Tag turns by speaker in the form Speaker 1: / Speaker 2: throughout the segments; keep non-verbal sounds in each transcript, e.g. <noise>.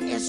Speaker 1: this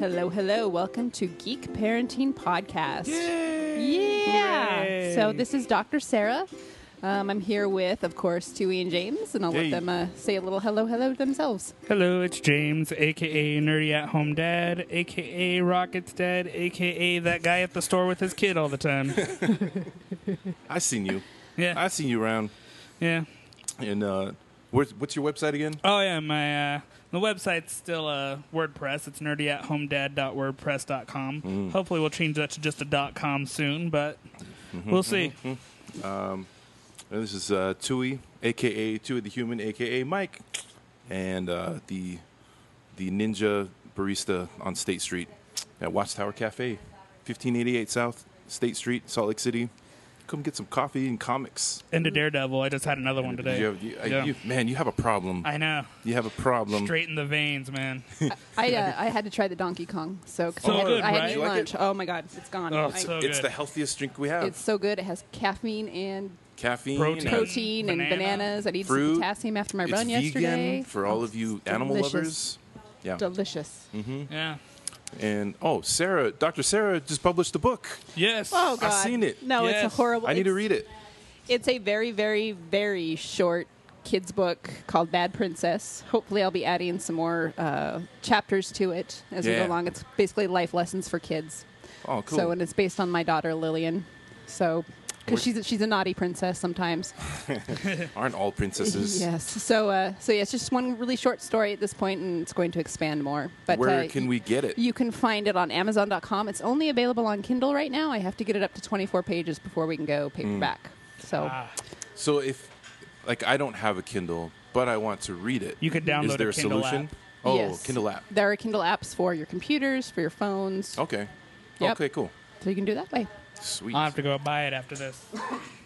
Speaker 2: Hello, hello. Welcome to Geek Parenting Podcast.
Speaker 3: Yay!
Speaker 2: Yeah.
Speaker 3: Hooray.
Speaker 2: So this is Dr. Sarah. Um, I'm here with, of course, Dewey and James, and I'll
Speaker 3: Hey.
Speaker 2: let them uh, say a little hello, hello themselves.
Speaker 4: Hello, it's James, aka Nerdy at Home Dad, aka Rockets Dad, aka that guy at the store with his kid all the
Speaker 5: <laughs>
Speaker 4: time.
Speaker 5: I seen you.
Speaker 4: Yeah.
Speaker 5: I seen you around.
Speaker 4: yeah.
Speaker 5: And uh, where's, what's your website again?
Speaker 4: Oh yeah, my uh, the website's still uh, WordPress. It's nerdy at homedad.wordpress.com.
Speaker 5: Mm.
Speaker 4: Hopefully, we'll change that to just a dot .com soon, but
Speaker 5: Mm-hmm,
Speaker 4: we'll see.
Speaker 5: Uh, This is uh, Tui, aka Tui the Human, aka Mike, and uh, the the ninja barista on State Street at Watchtower Cafe, 1588 South State Street, Salt Lake City. Come get some coffee and comics.
Speaker 4: And a Daredevil. I just had another one today.
Speaker 5: You have- you- I-
Speaker 4: Yeah.
Speaker 5: you- Um, man, you have a problem.
Speaker 4: I know.
Speaker 5: you have a problem.
Speaker 4: Straight in the veins,
Speaker 5: <laughs>
Speaker 4: man.
Speaker 2: I uh, I had to try the Donkey Kong, so 'cause
Speaker 4: So
Speaker 2: I had,
Speaker 4: good,
Speaker 2: I had
Speaker 4: right?
Speaker 2: it
Speaker 4: You
Speaker 2: at
Speaker 5: like
Speaker 2: lunch.
Speaker 5: it?
Speaker 2: Oh my God, it's gone.
Speaker 4: Oh,
Speaker 2: I-
Speaker 4: so
Speaker 5: it's
Speaker 4: good.
Speaker 5: the healthiest drink we have.
Speaker 2: it's so good. It has caffeine and
Speaker 5: Caffeine,
Speaker 4: Protein.
Speaker 5: and
Speaker 2: protein and
Speaker 4: banana,
Speaker 2: bananas. I needed
Speaker 5: fruit.
Speaker 2: some potassium after my
Speaker 5: it's
Speaker 2: run
Speaker 5: vegan
Speaker 2: yesterday.
Speaker 5: for all of you animal
Speaker 2: delicious.
Speaker 5: lovers. Yeah.
Speaker 2: Delicious.
Speaker 4: yeah.
Speaker 5: And oh, Sarah, Dr. Sarah just published a book.
Speaker 4: Yes.
Speaker 2: Oh God,
Speaker 5: I've seen it.
Speaker 2: No,
Speaker 4: Yes.
Speaker 2: it's a horrible.
Speaker 5: I need to
Speaker 2: it's-
Speaker 5: read it.
Speaker 2: It's a very, very, very short kids book called Bad Princess. Hopefully, I'll be adding some more uh, chapters to it as we go
Speaker 5: Yeah.
Speaker 2: along. It's basically life lessons for kids.
Speaker 5: Oh, cool.
Speaker 2: So, and it's based on my daughter Lillian. So, because
Speaker 5: Which-
Speaker 2: she's a- she's a naughty princess sometimes.
Speaker 5: Aren't all princesses?
Speaker 2: <laughs> Yes. So, uh, so yeah, it's just one really short story at this point, and it's going to expand more. But
Speaker 5: Where
Speaker 2: uh,
Speaker 5: can
Speaker 2: y-
Speaker 5: we get it?
Speaker 2: You can find it on Amazon.com. It's only available on Kindle right now. I have to get it up to 24 pages before we can go
Speaker 5: Mm.
Speaker 2: paperback. So,
Speaker 5: So if, like, I don't have a Kindle, but I want to read it.
Speaker 4: You could download
Speaker 5: Is there
Speaker 4: a
Speaker 5: a,
Speaker 4: Kindle
Speaker 5: solution?
Speaker 4: app.
Speaker 5: Oh,
Speaker 2: yes.
Speaker 5: Kindle app. Oh.
Speaker 2: There are Kindle apps for your computers, for your phones,
Speaker 5: Okay.
Speaker 2: Yep.
Speaker 5: Okay, cool.
Speaker 2: so you can do it that way.
Speaker 5: Sweet.
Speaker 4: I'll have to go buy it after this.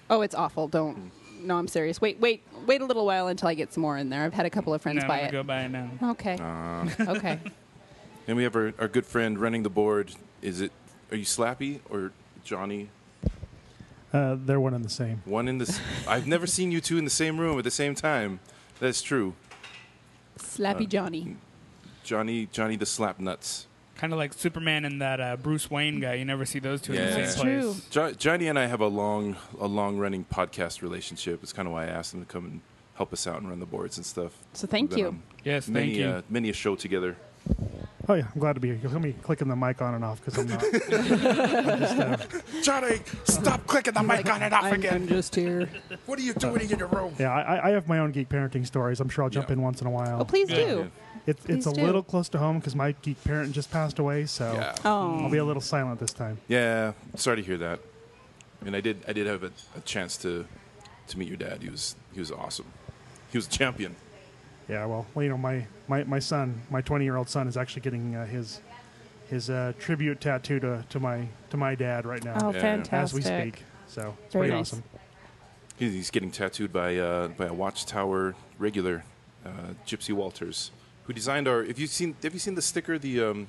Speaker 2: Oh, it's awful. Don't.
Speaker 5: Hmm.
Speaker 2: No, I'm serious. Wait, wait, wait a little while until I get some more in there. I've had a couple of friends
Speaker 4: No, I'm
Speaker 2: buy
Speaker 4: gonna
Speaker 2: it.
Speaker 4: go buy it now.
Speaker 2: Okay.
Speaker 5: Uh. <laughs>
Speaker 2: okay.
Speaker 5: And we have our, our good friend running the board. Is it? Are you Slappy or Johnny?
Speaker 6: Uh, they're one and the same.
Speaker 5: One in this. I've never seen you two in the same room at the same time. That's true.
Speaker 2: Slappy
Speaker 5: Uh, <laughs>
Speaker 2: Johnny.
Speaker 5: Johnny, Johnny the Slap Nuts.
Speaker 4: Kind of like Superman and that uh, Bruce Wayne guy. You never see those two in the
Speaker 5: Yeah.
Speaker 4: same
Speaker 5: That's
Speaker 4: place.
Speaker 2: true.
Speaker 5: Jo- Johnny and I have a long, a long-running podcast relationship. It's kind of why I asked him to come and help us out and run the boards and stuff.
Speaker 2: So thank
Speaker 5: We've been
Speaker 2: you.
Speaker 5: on
Speaker 4: Yes,
Speaker 5: many,
Speaker 4: thank you.
Speaker 5: Uh, many a show together.
Speaker 6: Oh yeah, I'm glad to be here. You'll hear me clicking the mic on and off because I'm
Speaker 5: <laughs>
Speaker 6: not. uh,
Speaker 5: Johnny, stop clicking the mic on and off
Speaker 2: I'm, I'm just
Speaker 5: <laughs>
Speaker 2: here.
Speaker 5: What are you doing in your room?
Speaker 6: yeah, I, I- I have my own geek parenting stories. I'm sure I'll jump
Speaker 5: Yeah.
Speaker 6: in once in a while.
Speaker 2: Oh, please do.
Speaker 6: it's it's a
Speaker 2: please do.
Speaker 6: little close to home because my geek parent just passed away, so
Speaker 5: Yeah.
Speaker 6: I'll
Speaker 2: Oh.
Speaker 6: be a little silent this time.
Speaker 5: Yeah, sorry to hear that. And I did, I did have a, a chance to, to meet your dad. He was, he was awesome. He was a champion.
Speaker 6: Yeah, well, well, you know, my my, my son, my 20 year old son, is actually getting uh, his his uh, tribute tattoo to, to my to my dad right now
Speaker 2: Oh,
Speaker 5: Yeah.
Speaker 6: as we
Speaker 2: fantastic.
Speaker 6: speak. So it's
Speaker 2: Very
Speaker 6: pretty
Speaker 2: nice.
Speaker 6: awesome.
Speaker 5: He's, he's getting tattooed by, uh, by a Watchtower regular, uh, Gypsy Walters, who designed our. If you've seen, have you seen the sticker, the, um,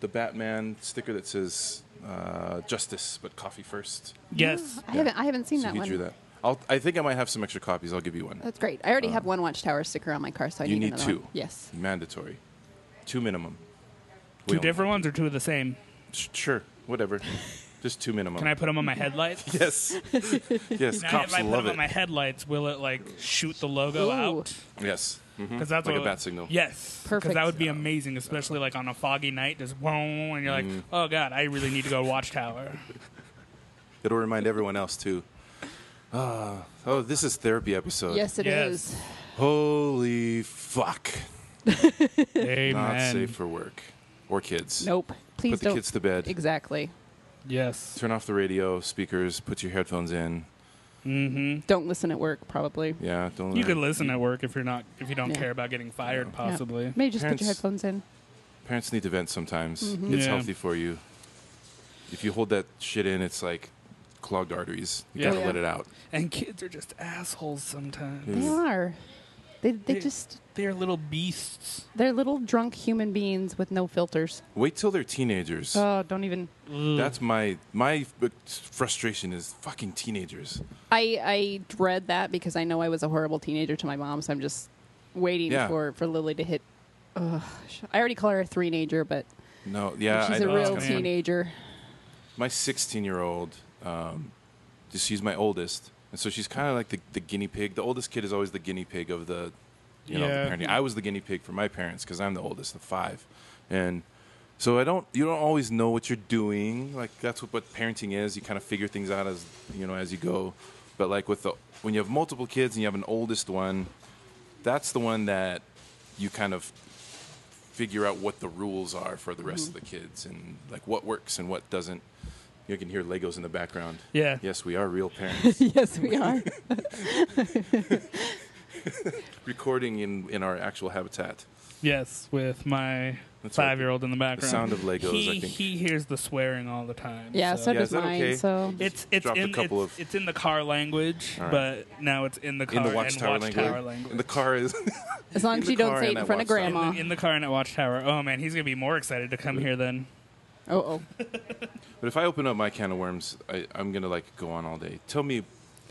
Speaker 5: the Batman sticker that says uh, "Justice, but coffee first?
Speaker 4: Yes.
Speaker 2: I haven't I haven't seen
Speaker 5: so
Speaker 2: that
Speaker 5: he
Speaker 2: one.
Speaker 5: drew that. I'll, I think I might have some extra copies. I'll give you one.
Speaker 2: That's great. I already have one Watchtower sticker on my car, so I
Speaker 5: Uh, you
Speaker 2: need,
Speaker 5: need
Speaker 2: another
Speaker 5: two.
Speaker 2: One. Yes.
Speaker 5: Mandatory, two minimum. We
Speaker 4: Two
Speaker 5: only-
Speaker 4: different ones or two of the same?
Speaker 5: Sh- Sure, whatever. Just two minimum.
Speaker 4: Can I put them on my headlights?
Speaker 5: <laughs>
Speaker 4: <laughs>
Speaker 5: Yes. yes.
Speaker 4: Now,
Speaker 5: cops
Speaker 4: if I put
Speaker 5: love
Speaker 4: them
Speaker 5: it.
Speaker 4: on my headlights, will it like shoot the logo
Speaker 2: Ooh.
Speaker 4: out?
Speaker 5: yes.
Speaker 4: Because
Speaker 5: Mhm.
Speaker 4: Mm-hmm. that's
Speaker 5: Like a
Speaker 4: what-
Speaker 5: bat signal.
Speaker 4: Yes,
Speaker 2: Perfect.
Speaker 4: Because that would be amazing, especially like on a foggy night. Just whoa, and you're
Speaker 5: Mm.
Speaker 4: like, oh god, I really need to go to Watchtower.
Speaker 5: It'll remind everyone else too. Ah, oh, this is therapy episode.
Speaker 2: Yes, it is.
Speaker 4: Yes.
Speaker 5: Holy fuck.
Speaker 4: Amen.
Speaker 5: <laughs> Not safe for work or kids.
Speaker 2: Nope. Please
Speaker 5: Put the
Speaker 2: don't.
Speaker 5: kids to bed.
Speaker 2: Exactly.
Speaker 4: Yes.
Speaker 5: Turn off the radio, speakers, put your headphones in.
Speaker 2: Don't listen at work, probably.
Speaker 5: Yeah, don't
Speaker 4: You could listen at work if you're not if you don't
Speaker 2: Yeah.
Speaker 4: care about getting fired,
Speaker 2: Yeah.
Speaker 4: possibly.
Speaker 2: Maybe just put
Speaker 5: Parents-
Speaker 2: your headphones in.
Speaker 5: parents need to vent sometimes. It's
Speaker 4: Mm-hmm. Yeah.
Speaker 5: healthy for you. If you hold that shit in, it's like clogged arteries. You
Speaker 4: Yeah.
Speaker 5: gotta
Speaker 4: Yeah.
Speaker 5: let it out.
Speaker 4: And kids are just assholes sometimes.
Speaker 2: They are. They, they just,
Speaker 4: They're little beasts.
Speaker 2: they're little drunk human beings with no filters.
Speaker 5: Wait till they're teenagers.
Speaker 4: Uh.
Speaker 2: Oh, don't even.
Speaker 5: That's my my f- frustration is fucking teenagers.
Speaker 2: I, I dread that because I know I was a horrible teenager to my mom, so I'm just waiting
Speaker 5: Yeah.
Speaker 2: for, for Lily to hit. Ugh, I already call her a three-nager, but
Speaker 5: No, yeah,
Speaker 2: she's
Speaker 5: I
Speaker 2: a
Speaker 5: know it's
Speaker 2: real
Speaker 5: gonna-
Speaker 4: teen-
Speaker 2: teenager.
Speaker 5: My 16 year old, um, just- she's my oldest, and so she's kind of like the, the guinea pig. The oldest kid is always the guinea pig of the, you know,
Speaker 4: Yeah.
Speaker 5: the parenting. I was the guinea pig for my parents because I'm the oldest of five, and so I don't you don't always know what you're doing. Like that's what, what parenting is. You kind of figure things out as you know as you go, but like with the when you have multiple kids and you have an oldest one, that's the one that you kind of figure out what the rules are for the rest
Speaker 4: Mm-hmm.
Speaker 5: of the kids and like what works and what doesn't. You can hear Legos in the background.
Speaker 4: Yeah.
Speaker 5: Yes, we are real
Speaker 4: <laughs>
Speaker 2: <laughs>
Speaker 5: parents.
Speaker 2: yes, we
Speaker 5: <laughs>
Speaker 2: are.
Speaker 5: Recording in, in our actual habitat.
Speaker 4: Yes, with my
Speaker 5: That's right.
Speaker 4: five-year-old in the background.
Speaker 5: sound of Legos,
Speaker 4: He,
Speaker 5: I think.
Speaker 4: he hears the swearing all the time.
Speaker 2: Yeah, so,
Speaker 4: so
Speaker 5: Yeah,
Speaker 2: does
Speaker 5: is that
Speaker 2: mine.
Speaker 5: okay?
Speaker 2: So
Speaker 4: it's it's
Speaker 5: Dropped a
Speaker 4: in,
Speaker 5: couple
Speaker 4: it's,
Speaker 5: of-
Speaker 4: it's in the car language,
Speaker 5: All right.
Speaker 4: but now it's in the car
Speaker 5: in the
Speaker 4: and
Speaker 5: watchtower,
Speaker 4: watchtower
Speaker 5: language. In the car is <laughs>
Speaker 2: as long
Speaker 5: in
Speaker 2: as
Speaker 5: the
Speaker 2: you don't
Speaker 5: car
Speaker 2: say
Speaker 5: and
Speaker 2: it in
Speaker 5: at
Speaker 2: front of
Speaker 5: Watchtower.
Speaker 4: In
Speaker 2: grandma.
Speaker 4: the- in the car and at watchtower. Oh man, he's gonna be more excited to come here then.
Speaker 2: Oh, oh.
Speaker 5: But if I open up my can of worms, I, I'm gonna like go on all day. Tell me,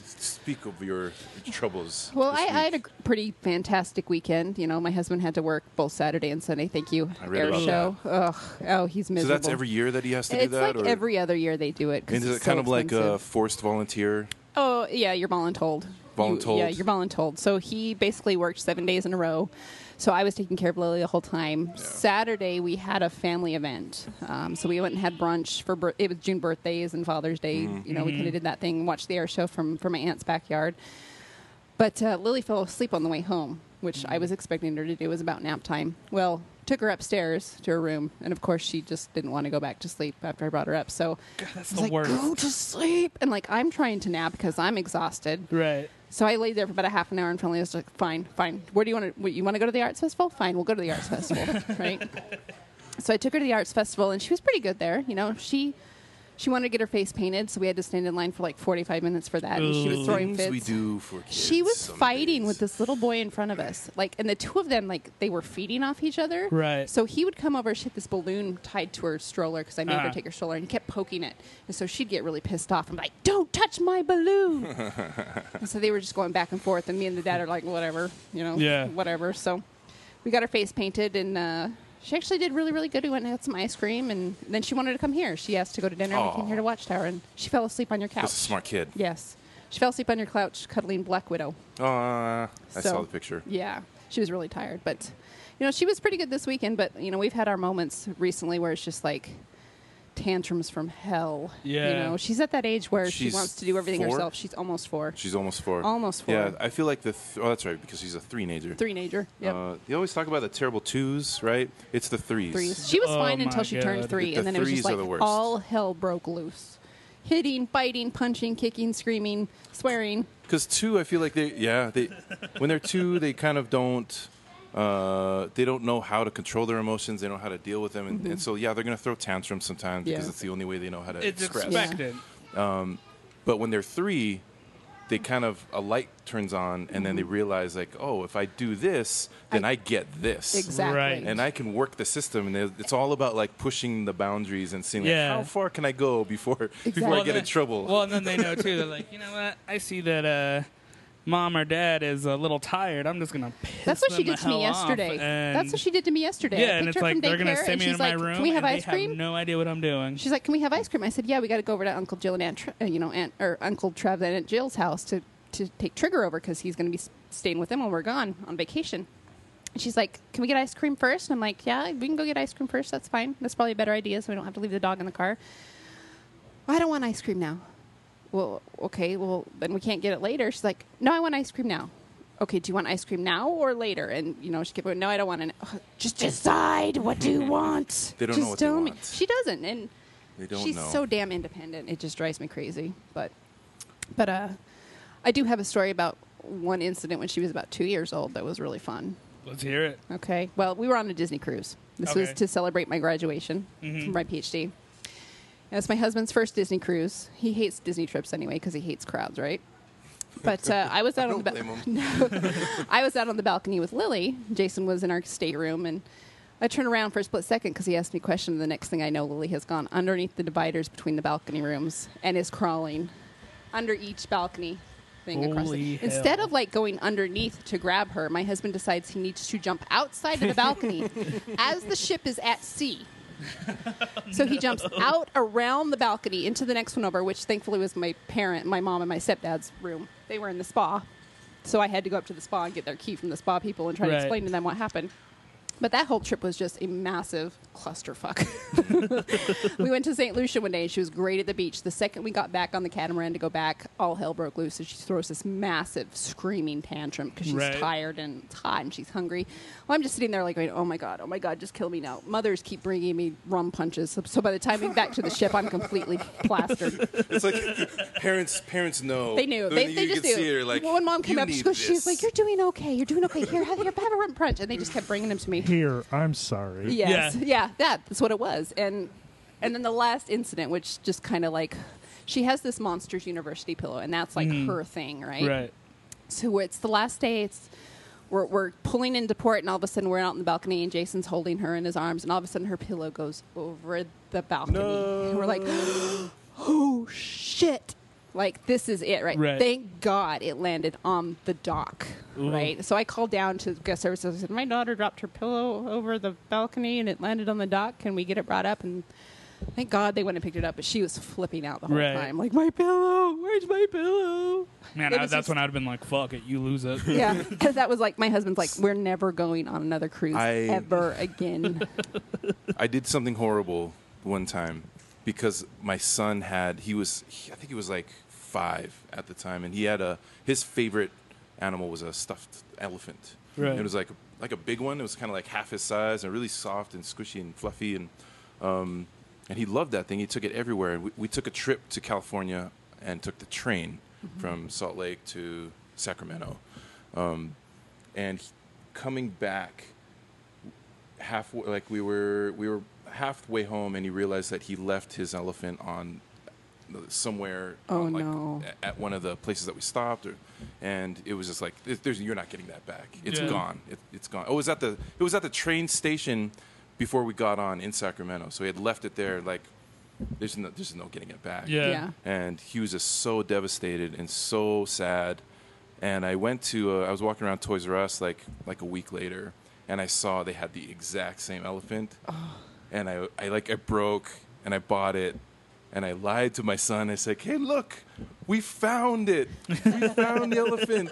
Speaker 5: speak of your troubles.
Speaker 2: <laughs> Well, I,
Speaker 5: this
Speaker 2: I had a
Speaker 5: week.
Speaker 2: g- pretty fantastic weekend. You know, my husband had to work both Saturday and Sunday. Thank you.
Speaker 5: I read
Speaker 2: Air
Speaker 5: about
Speaker 2: show. Ugh. Oh, he's
Speaker 5: So
Speaker 2: miserable.
Speaker 5: that's every year that he has to
Speaker 2: It's
Speaker 5: do that,
Speaker 2: like
Speaker 5: or
Speaker 2: every other year they do it. 'cause
Speaker 5: and is
Speaker 2: it's
Speaker 5: it kind
Speaker 2: so
Speaker 5: of like uh, a
Speaker 2: expensive.
Speaker 5: forced volunteer?
Speaker 2: Oh yeah, you're voluntold.
Speaker 5: Voluntold.
Speaker 2: You, yeah, you're voluntold. So he basically worked seven days in a row. So I was taking care of Lily the whole time. Saturday we had a family event. Um, so we went and had brunch for bir- it was June birthdays and Father's Day. You know, we
Speaker 4: Mm-hmm.
Speaker 2: kind of did that thing. Watched the air show from from my aunt's backyard. But uh, Lily fell asleep on the way home, which I was expecting her to do. It was about nap time. Well, took her upstairs to her room, and of course she just didn't want to go back to sleep after I brought her up. So
Speaker 4: That's
Speaker 2: I
Speaker 4: the
Speaker 2: was like,
Speaker 4: worst.
Speaker 2: go to sleep, and like I'm trying to nap because I'm exhausted.
Speaker 4: Right.
Speaker 2: So I laid there for about a half an hour, and finally I was like, fine, fine. Where do you want to? You want to go to the arts festival? Fine, we'll go to the arts festival, right? So I took her to the arts festival, and she was pretty good there. You know, she. She wanted to get her face painted, so we had to stand in line for like 45 minutes for that. And she was
Speaker 4: Ooh.
Speaker 2: throwing
Speaker 5: Things
Speaker 2: fits
Speaker 5: we do for kids.
Speaker 2: she was
Speaker 5: some
Speaker 2: fighting
Speaker 5: days.
Speaker 2: with this little boy in front of us like and the two of them like they were feeding off each other
Speaker 4: Right.
Speaker 2: so he would come over she had this balloon tied to her stroller because i made her
Speaker 5: Uh-huh.
Speaker 4: Ah.
Speaker 2: take her stroller and he kept poking it and so she'd get really pissed off i'm like don't touch my balloon
Speaker 5: <laughs>
Speaker 2: and so they were just going back and forth and me and the dad are like whatever you know
Speaker 4: Yeah.
Speaker 2: whatever so we got her face painted and uh she actually did really, really good. We went and had some ice cream, and then she wanted to come here. She asked to go to dinner. and We came
Speaker 5: Aw.
Speaker 2: here to Watchtower, and she fell asleep on your couch.
Speaker 5: That's a smart kid.
Speaker 2: Yes. She fell asleep on your couch cuddling Black Widow.
Speaker 5: Uh, I
Speaker 2: So-
Speaker 5: saw the picture.
Speaker 2: Yeah. She was really tired, but you know, she was pretty good this weekend, but you know, we've had our moments recently where it's just like tantrums from hell. You
Speaker 4: Yeah.
Speaker 2: know, she's at that age where
Speaker 5: She's
Speaker 2: she wants to do everything
Speaker 5: four?
Speaker 2: herself. She's almost 4.
Speaker 5: She's almost four.
Speaker 2: Almost four.
Speaker 5: Yeah, I feel like the. Th- oh, that's right, because she's a three-nager.
Speaker 2: Three-nager. Yep.
Speaker 5: Uh, you always talk about the terrible twos, right? It's the threes.
Speaker 2: threes. She was
Speaker 4: Oh
Speaker 2: fine until
Speaker 4: my
Speaker 2: she
Speaker 4: God.
Speaker 2: turned 3
Speaker 5: The
Speaker 2: and then it was just
Speaker 5: threes are
Speaker 2: like
Speaker 5: the worst.
Speaker 2: all hell broke loose. Hitting, biting, punching, kicking, screaming, swearing.
Speaker 5: Because two, I feel like they, yeah, they, when they're two, they kind of don't, uh, they don't know how to control their emotions. They don't know how to deal with them, and, and so yeah, they're gonna throw tantrums sometimes because
Speaker 2: Mm-hmm. Yeah.
Speaker 5: it's the only way they know how to
Speaker 4: It's
Speaker 5: express.
Speaker 4: expected.
Speaker 5: But when they're three, they kind of a light turns on, and then they
Speaker 2: Mm-hmm.
Speaker 5: realize like, oh, if I do this, then I, get this.
Speaker 2: Exactly.
Speaker 4: Right.
Speaker 5: And I can work the system, and it's all about like pushing the boundaries and seeing like,
Speaker 4: Yeah.
Speaker 5: how far can I go before <laughs> before
Speaker 2: Exactly.
Speaker 5: I get in trouble.
Speaker 4: Well, and then they know too. They're like, you know what? I see that uh, mom or dad is a little tired. I'm just gonna piss
Speaker 2: That's what she
Speaker 4: them
Speaker 2: did
Speaker 4: the
Speaker 2: to me
Speaker 4: hell off
Speaker 2: yesterday.
Speaker 4: and-
Speaker 2: That's what she did to me yesterday. I
Speaker 4: Yeah, and
Speaker 2: picked
Speaker 4: it's
Speaker 2: her
Speaker 4: like
Speaker 2: from
Speaker 4: they're gonna
Speaker 2: daycare,
Speaker 4: send
Speaker 2: and
Speaker 4: me
Speaker 2: she's
Speaker 4: in my
Speaker 2: like,
Speaker 4: room.
Speaker 2: "Can we have
Speaker 4: and
Speaker 2: ice
Speaker 4: they
Speaker 2: cream?"
Speaker 4: Have no idea what I'm doing.
Speaker 2: She's like, "Can we have ice cream?" I said, "Yeah, we got to go over to Uncle Jill and Aunt, Tr- uh, you know, Aunt or Uncle Trev and Aunt Jill's house to to take Trigger over because he's going to be s- staying with them when we're gone on vacation." And she's like, "Can we get ice cream first? And I'm like, "Yeah, we can go get ice cream first. That's fine. That's probably a better idea, so we don't have to leave the dog in the car." I don't want ice cream now. Well, okay, well, then we can't get it later. She's like, no, I want ice cream now. Okay, do you want ice cream now or later? And, you know, she kept going, no, I don't want it. Ugh, Just decide what
Speaker 5: <laughs>
Speaker 2: do you want.
Speaker 5: They don't know
Speaker 2: Just
Speaker 5: what they
Speaker 2: tell me."
Speaker 5: want.
Speaker 2: She doesn't. And
Speaker 5: They don't
Speaker 2: she's
Speaker 5: know.
Speaker 2: so damn independent. It just drives me crazy. But, but, uh, I do have a story about one incident when she was about two years old that was really fun.
Speaker 4: Let's hear it.
Speaker 2: Okay. Well, we were on a Disney cruise. This was
Speaker 4: Okay.
Speaker 2: to celebrate my graduation from my PhD. It was my husband's first Disney cruise. He hates Disney trips anyway because he hates crowds,
Speaker 5: <laughs>
Speaker 2: right? But uh, I was out on
Speaker 5: Don't
Speaker 2: the
Speaker 5: blame
Speaker 2: <laughs> ba-
Speaker 5: 'em.
Speaker 2: I was out on the balcony with Lily. Jason was in our stateroom, and I turned around for a split second because he asked me a question. And the next thing I know, Lily has gone underneath the dividers between the balcony rooms and is crawling under each balcony thing across. it.
Speaker 4: Holy
Speaker 2: Instead
Speaker 4: hell.
Speaker 2: of like going underneath to grab her, my husband decides he needs to jump outside of
Speaker 4: <laughs>
Speaker 2: the balcony as the ship is at sea. So he jumps out around the balcony into the next one over, which thankfully was my parent, my mom, and my stepdad's room. They were in the spa. So I had to go up to the spa and get their key from the spa people and try to
Speaker 4: Right.
Speaker 2: explain to them what happened. But that whole trip was just a massive clusterfuck. <laughs> we went to St. Lucia one day and she was great at the beach. The second we got back on the catamaran to go back, all hell broke loose. And she throws this massive screaming tantrum because she's
Speaker 4: Right.
Speaker 2: tired and it's hot and she's hungry. Well, I'm just sitting there like going, oh my God, oh my God, just kill me now. Mothers keep bringing me rum punches. So, so by the time we get back to the ship, I'm completely <laughs> plastered.
Speaker 5: It's like <laughs> parents. Parents know.
Speaker 2: They knew.
Speaker 5: The
Speaker 2: They,
Speaker 5: minute
Speaker 2: they
Speaker 5: you
Speaker 2: just
Speaker 5: could
Speaker 2: knew.
Speaker 5: see her, like,
Speaker 2: Well, when mom came
Speaker 5: "You
Speaker 2: up, she
Speaker 5: need
Speaker 2: goes, she was
Speaker 5: this."
Speaker 2: like, you're doing okay. You're doing okay. Here, have, here, have a rum punch. And they just kept bringing them to me.
Speaker 6: Here, I'm sorry.
Speaker 2: Yes.
Speaker 4: Yeah.
Speaker 2: Yeah. that- that's what it was. And and then the last incident, which just kind of like she has this Monsters University pillow, and that's like her thing, right?
Speaker 4: Right.
Speaker 2: So it's the last day. It's we're, we're pulling into port, and all of a sudden we're out on the balcony, and Jason's holding her in his arms, and all of a sudden her pillow goes over the balcony. And we're like, <gasps> oh shit! Like this is it, right?
Speaker 4: Right.
Speaker 2: Thank God it landed on the dock, right? So I called down to guest services. I said, my daughter dropped her pillow over the balcony, and it landed on the dock. Can we get it brought up? And thank God they went and picked it up, but she was flipping out the whole
Speaker 4: Right.
Speaker 2: time, like my pillow, where's my pillow?
Speaker 4: Man,
Speaker 2: It
Speaker 4: I,
Speaker 2: was
Speaker 4: that's
Speaker 2: just-
Speaker 4: when I'd have been like, "Fuck it, you lose
Speaker 2: <laughs>
Speaker 4: it."
Speaker 2: yeah, because that was like my husband's like, we're never going on another cruise
Speaker 5: I-
Speaker 2: ever again.
Speaker 4: <laughs>
Speaker 5: I did something horrible one time because my son had he was he, I think he was like five at the time, and he had a his favorite animal was a stuffed elephant.
Speaker 4: Right.
Speaker 5: It was like like a big one. It was kind of like half his size and really soft and squishy and fluffy and um, and he loved that thing. He took it everywhere. And we, we took a trip to California and took the train from Salt Lake to Sacramento. Um, and he- coming back, halfway like we were we were halfway home and he realized that he left his elephant on somewhere
Speaker 2: Oh,
Speaker 5: on, like,
Speaker 2: no.
Speaker 5: a- at one of the places that we stopped or, and it was just like "There- there's you're not getting that back It's
Speaker 4: Yeah.
Speaker 5: gone it, it's gone oh, it was at the it was at the train station before we got on in Sacramento so he had left it there like there's no there's no getting it back
Speaker 4: Yeah.
Speaker 2: yeah.
Speaker 5: and he was just so devastated and so sad. And I went to uh, I was walking around Toys R Us like like a week later, and I saw they had the exact same elephant, and I I like I broke and I bought it, and I lied to my son. I said, "Hey, look, we found it. We found the elephant."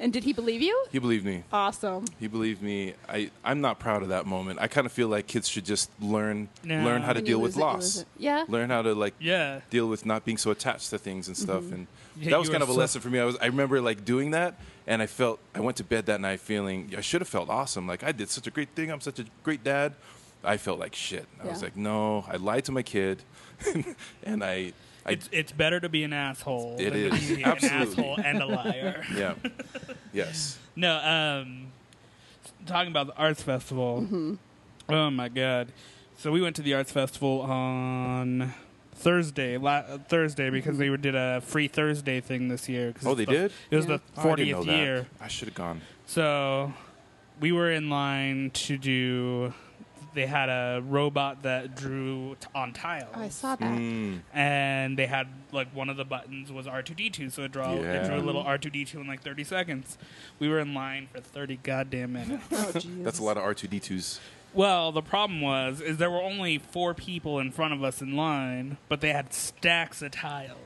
Speaker 2: And did he believe you?
Speaker 5: He believed me.
Speaker 2: Awesome.
Speaker 5: He believed me. I I'm not proud of that moment. I kind of feel like kids should just learn
Speaker 4: No.
Speaker 5: learn how to
Speaker 2: When you
Speaker 5: deal
Speaker 2: lose
Speaker 5: with
Speaker 2: it, you lose
Speaker 5: loss.
Speaker 2: it. Yeah.
Speaker 5: Learn how to like
Speaker 4: Yeah.
Speaker 5: deal with not being so attached to things and stuff. And
Speaker 4: Yeah,
Speaker 5: that was
Speaker 4: you
Speaker 5: kind
Speaker 4: are
Speaker 5: of a
Speaker 4: so-
Speaker 5: lesson for me. I was I remember like doing that, and I felt I went to bed that night feeling I should have felt awesome. Like I did such a great thing. I'm such a great dad. I felt like shit. I was
Speaker 2: Yeah.
Speaker 5: like, no, I lied to my kid, <laughs> and I, I
Speaker 4: It's it's better to be an asshole.
Speaker 5: It
Speaker 4: than to
Speaker 5: is.
Speaker 4: be
Speaker 5: Absolutely.
Speaker 4: an asshole and a
Speaker 2: <laughs>
Speaker 4: liar.
Speaker 5: yeah, yes.
Speaker 4: No, um, talking about the arts festival.
Speaker 2: Mm-hmm.
Speaker 4: Oh my god! So we went to the arts festival on Thursday, la- uh, Thursday
Speaker 2: Mm-hmm.
Speaker 4: because they did a free Thursday thing this year. 'cause
Speaker 5: Oh,
Speaker 4: it's
Speaker 5: they
Speaker 4: the-
Speaker 5: did?
Speaker 4: It was
Speaker 2: Yeah.
Speaker 4: the
Speaker 5: Oh, I didn't know
Speaker 4: fortieth
Speaker 5: that.
Speaker 4: year.
Speaker 5: I should have gone.
Speaker 4: So we were in line to do. They had a robot that drew t- on tiles
Speaker 2: I saw that.
Speaker 4: Mm, and they had like one of the buttons was R two D two, so it draw it
Speaker 5: Yeah.
Speaker 4: drew a little R two D two in like thirty seconds. We were in line for thirty goddamn minutes. <laughs>
Speaker 2: Oh, Jesus.
Speaker 5: That's a lot of R two D twos.
Speaker 4: well, the problem was is there were only four people in front of us in line, but they had stacks of tiles.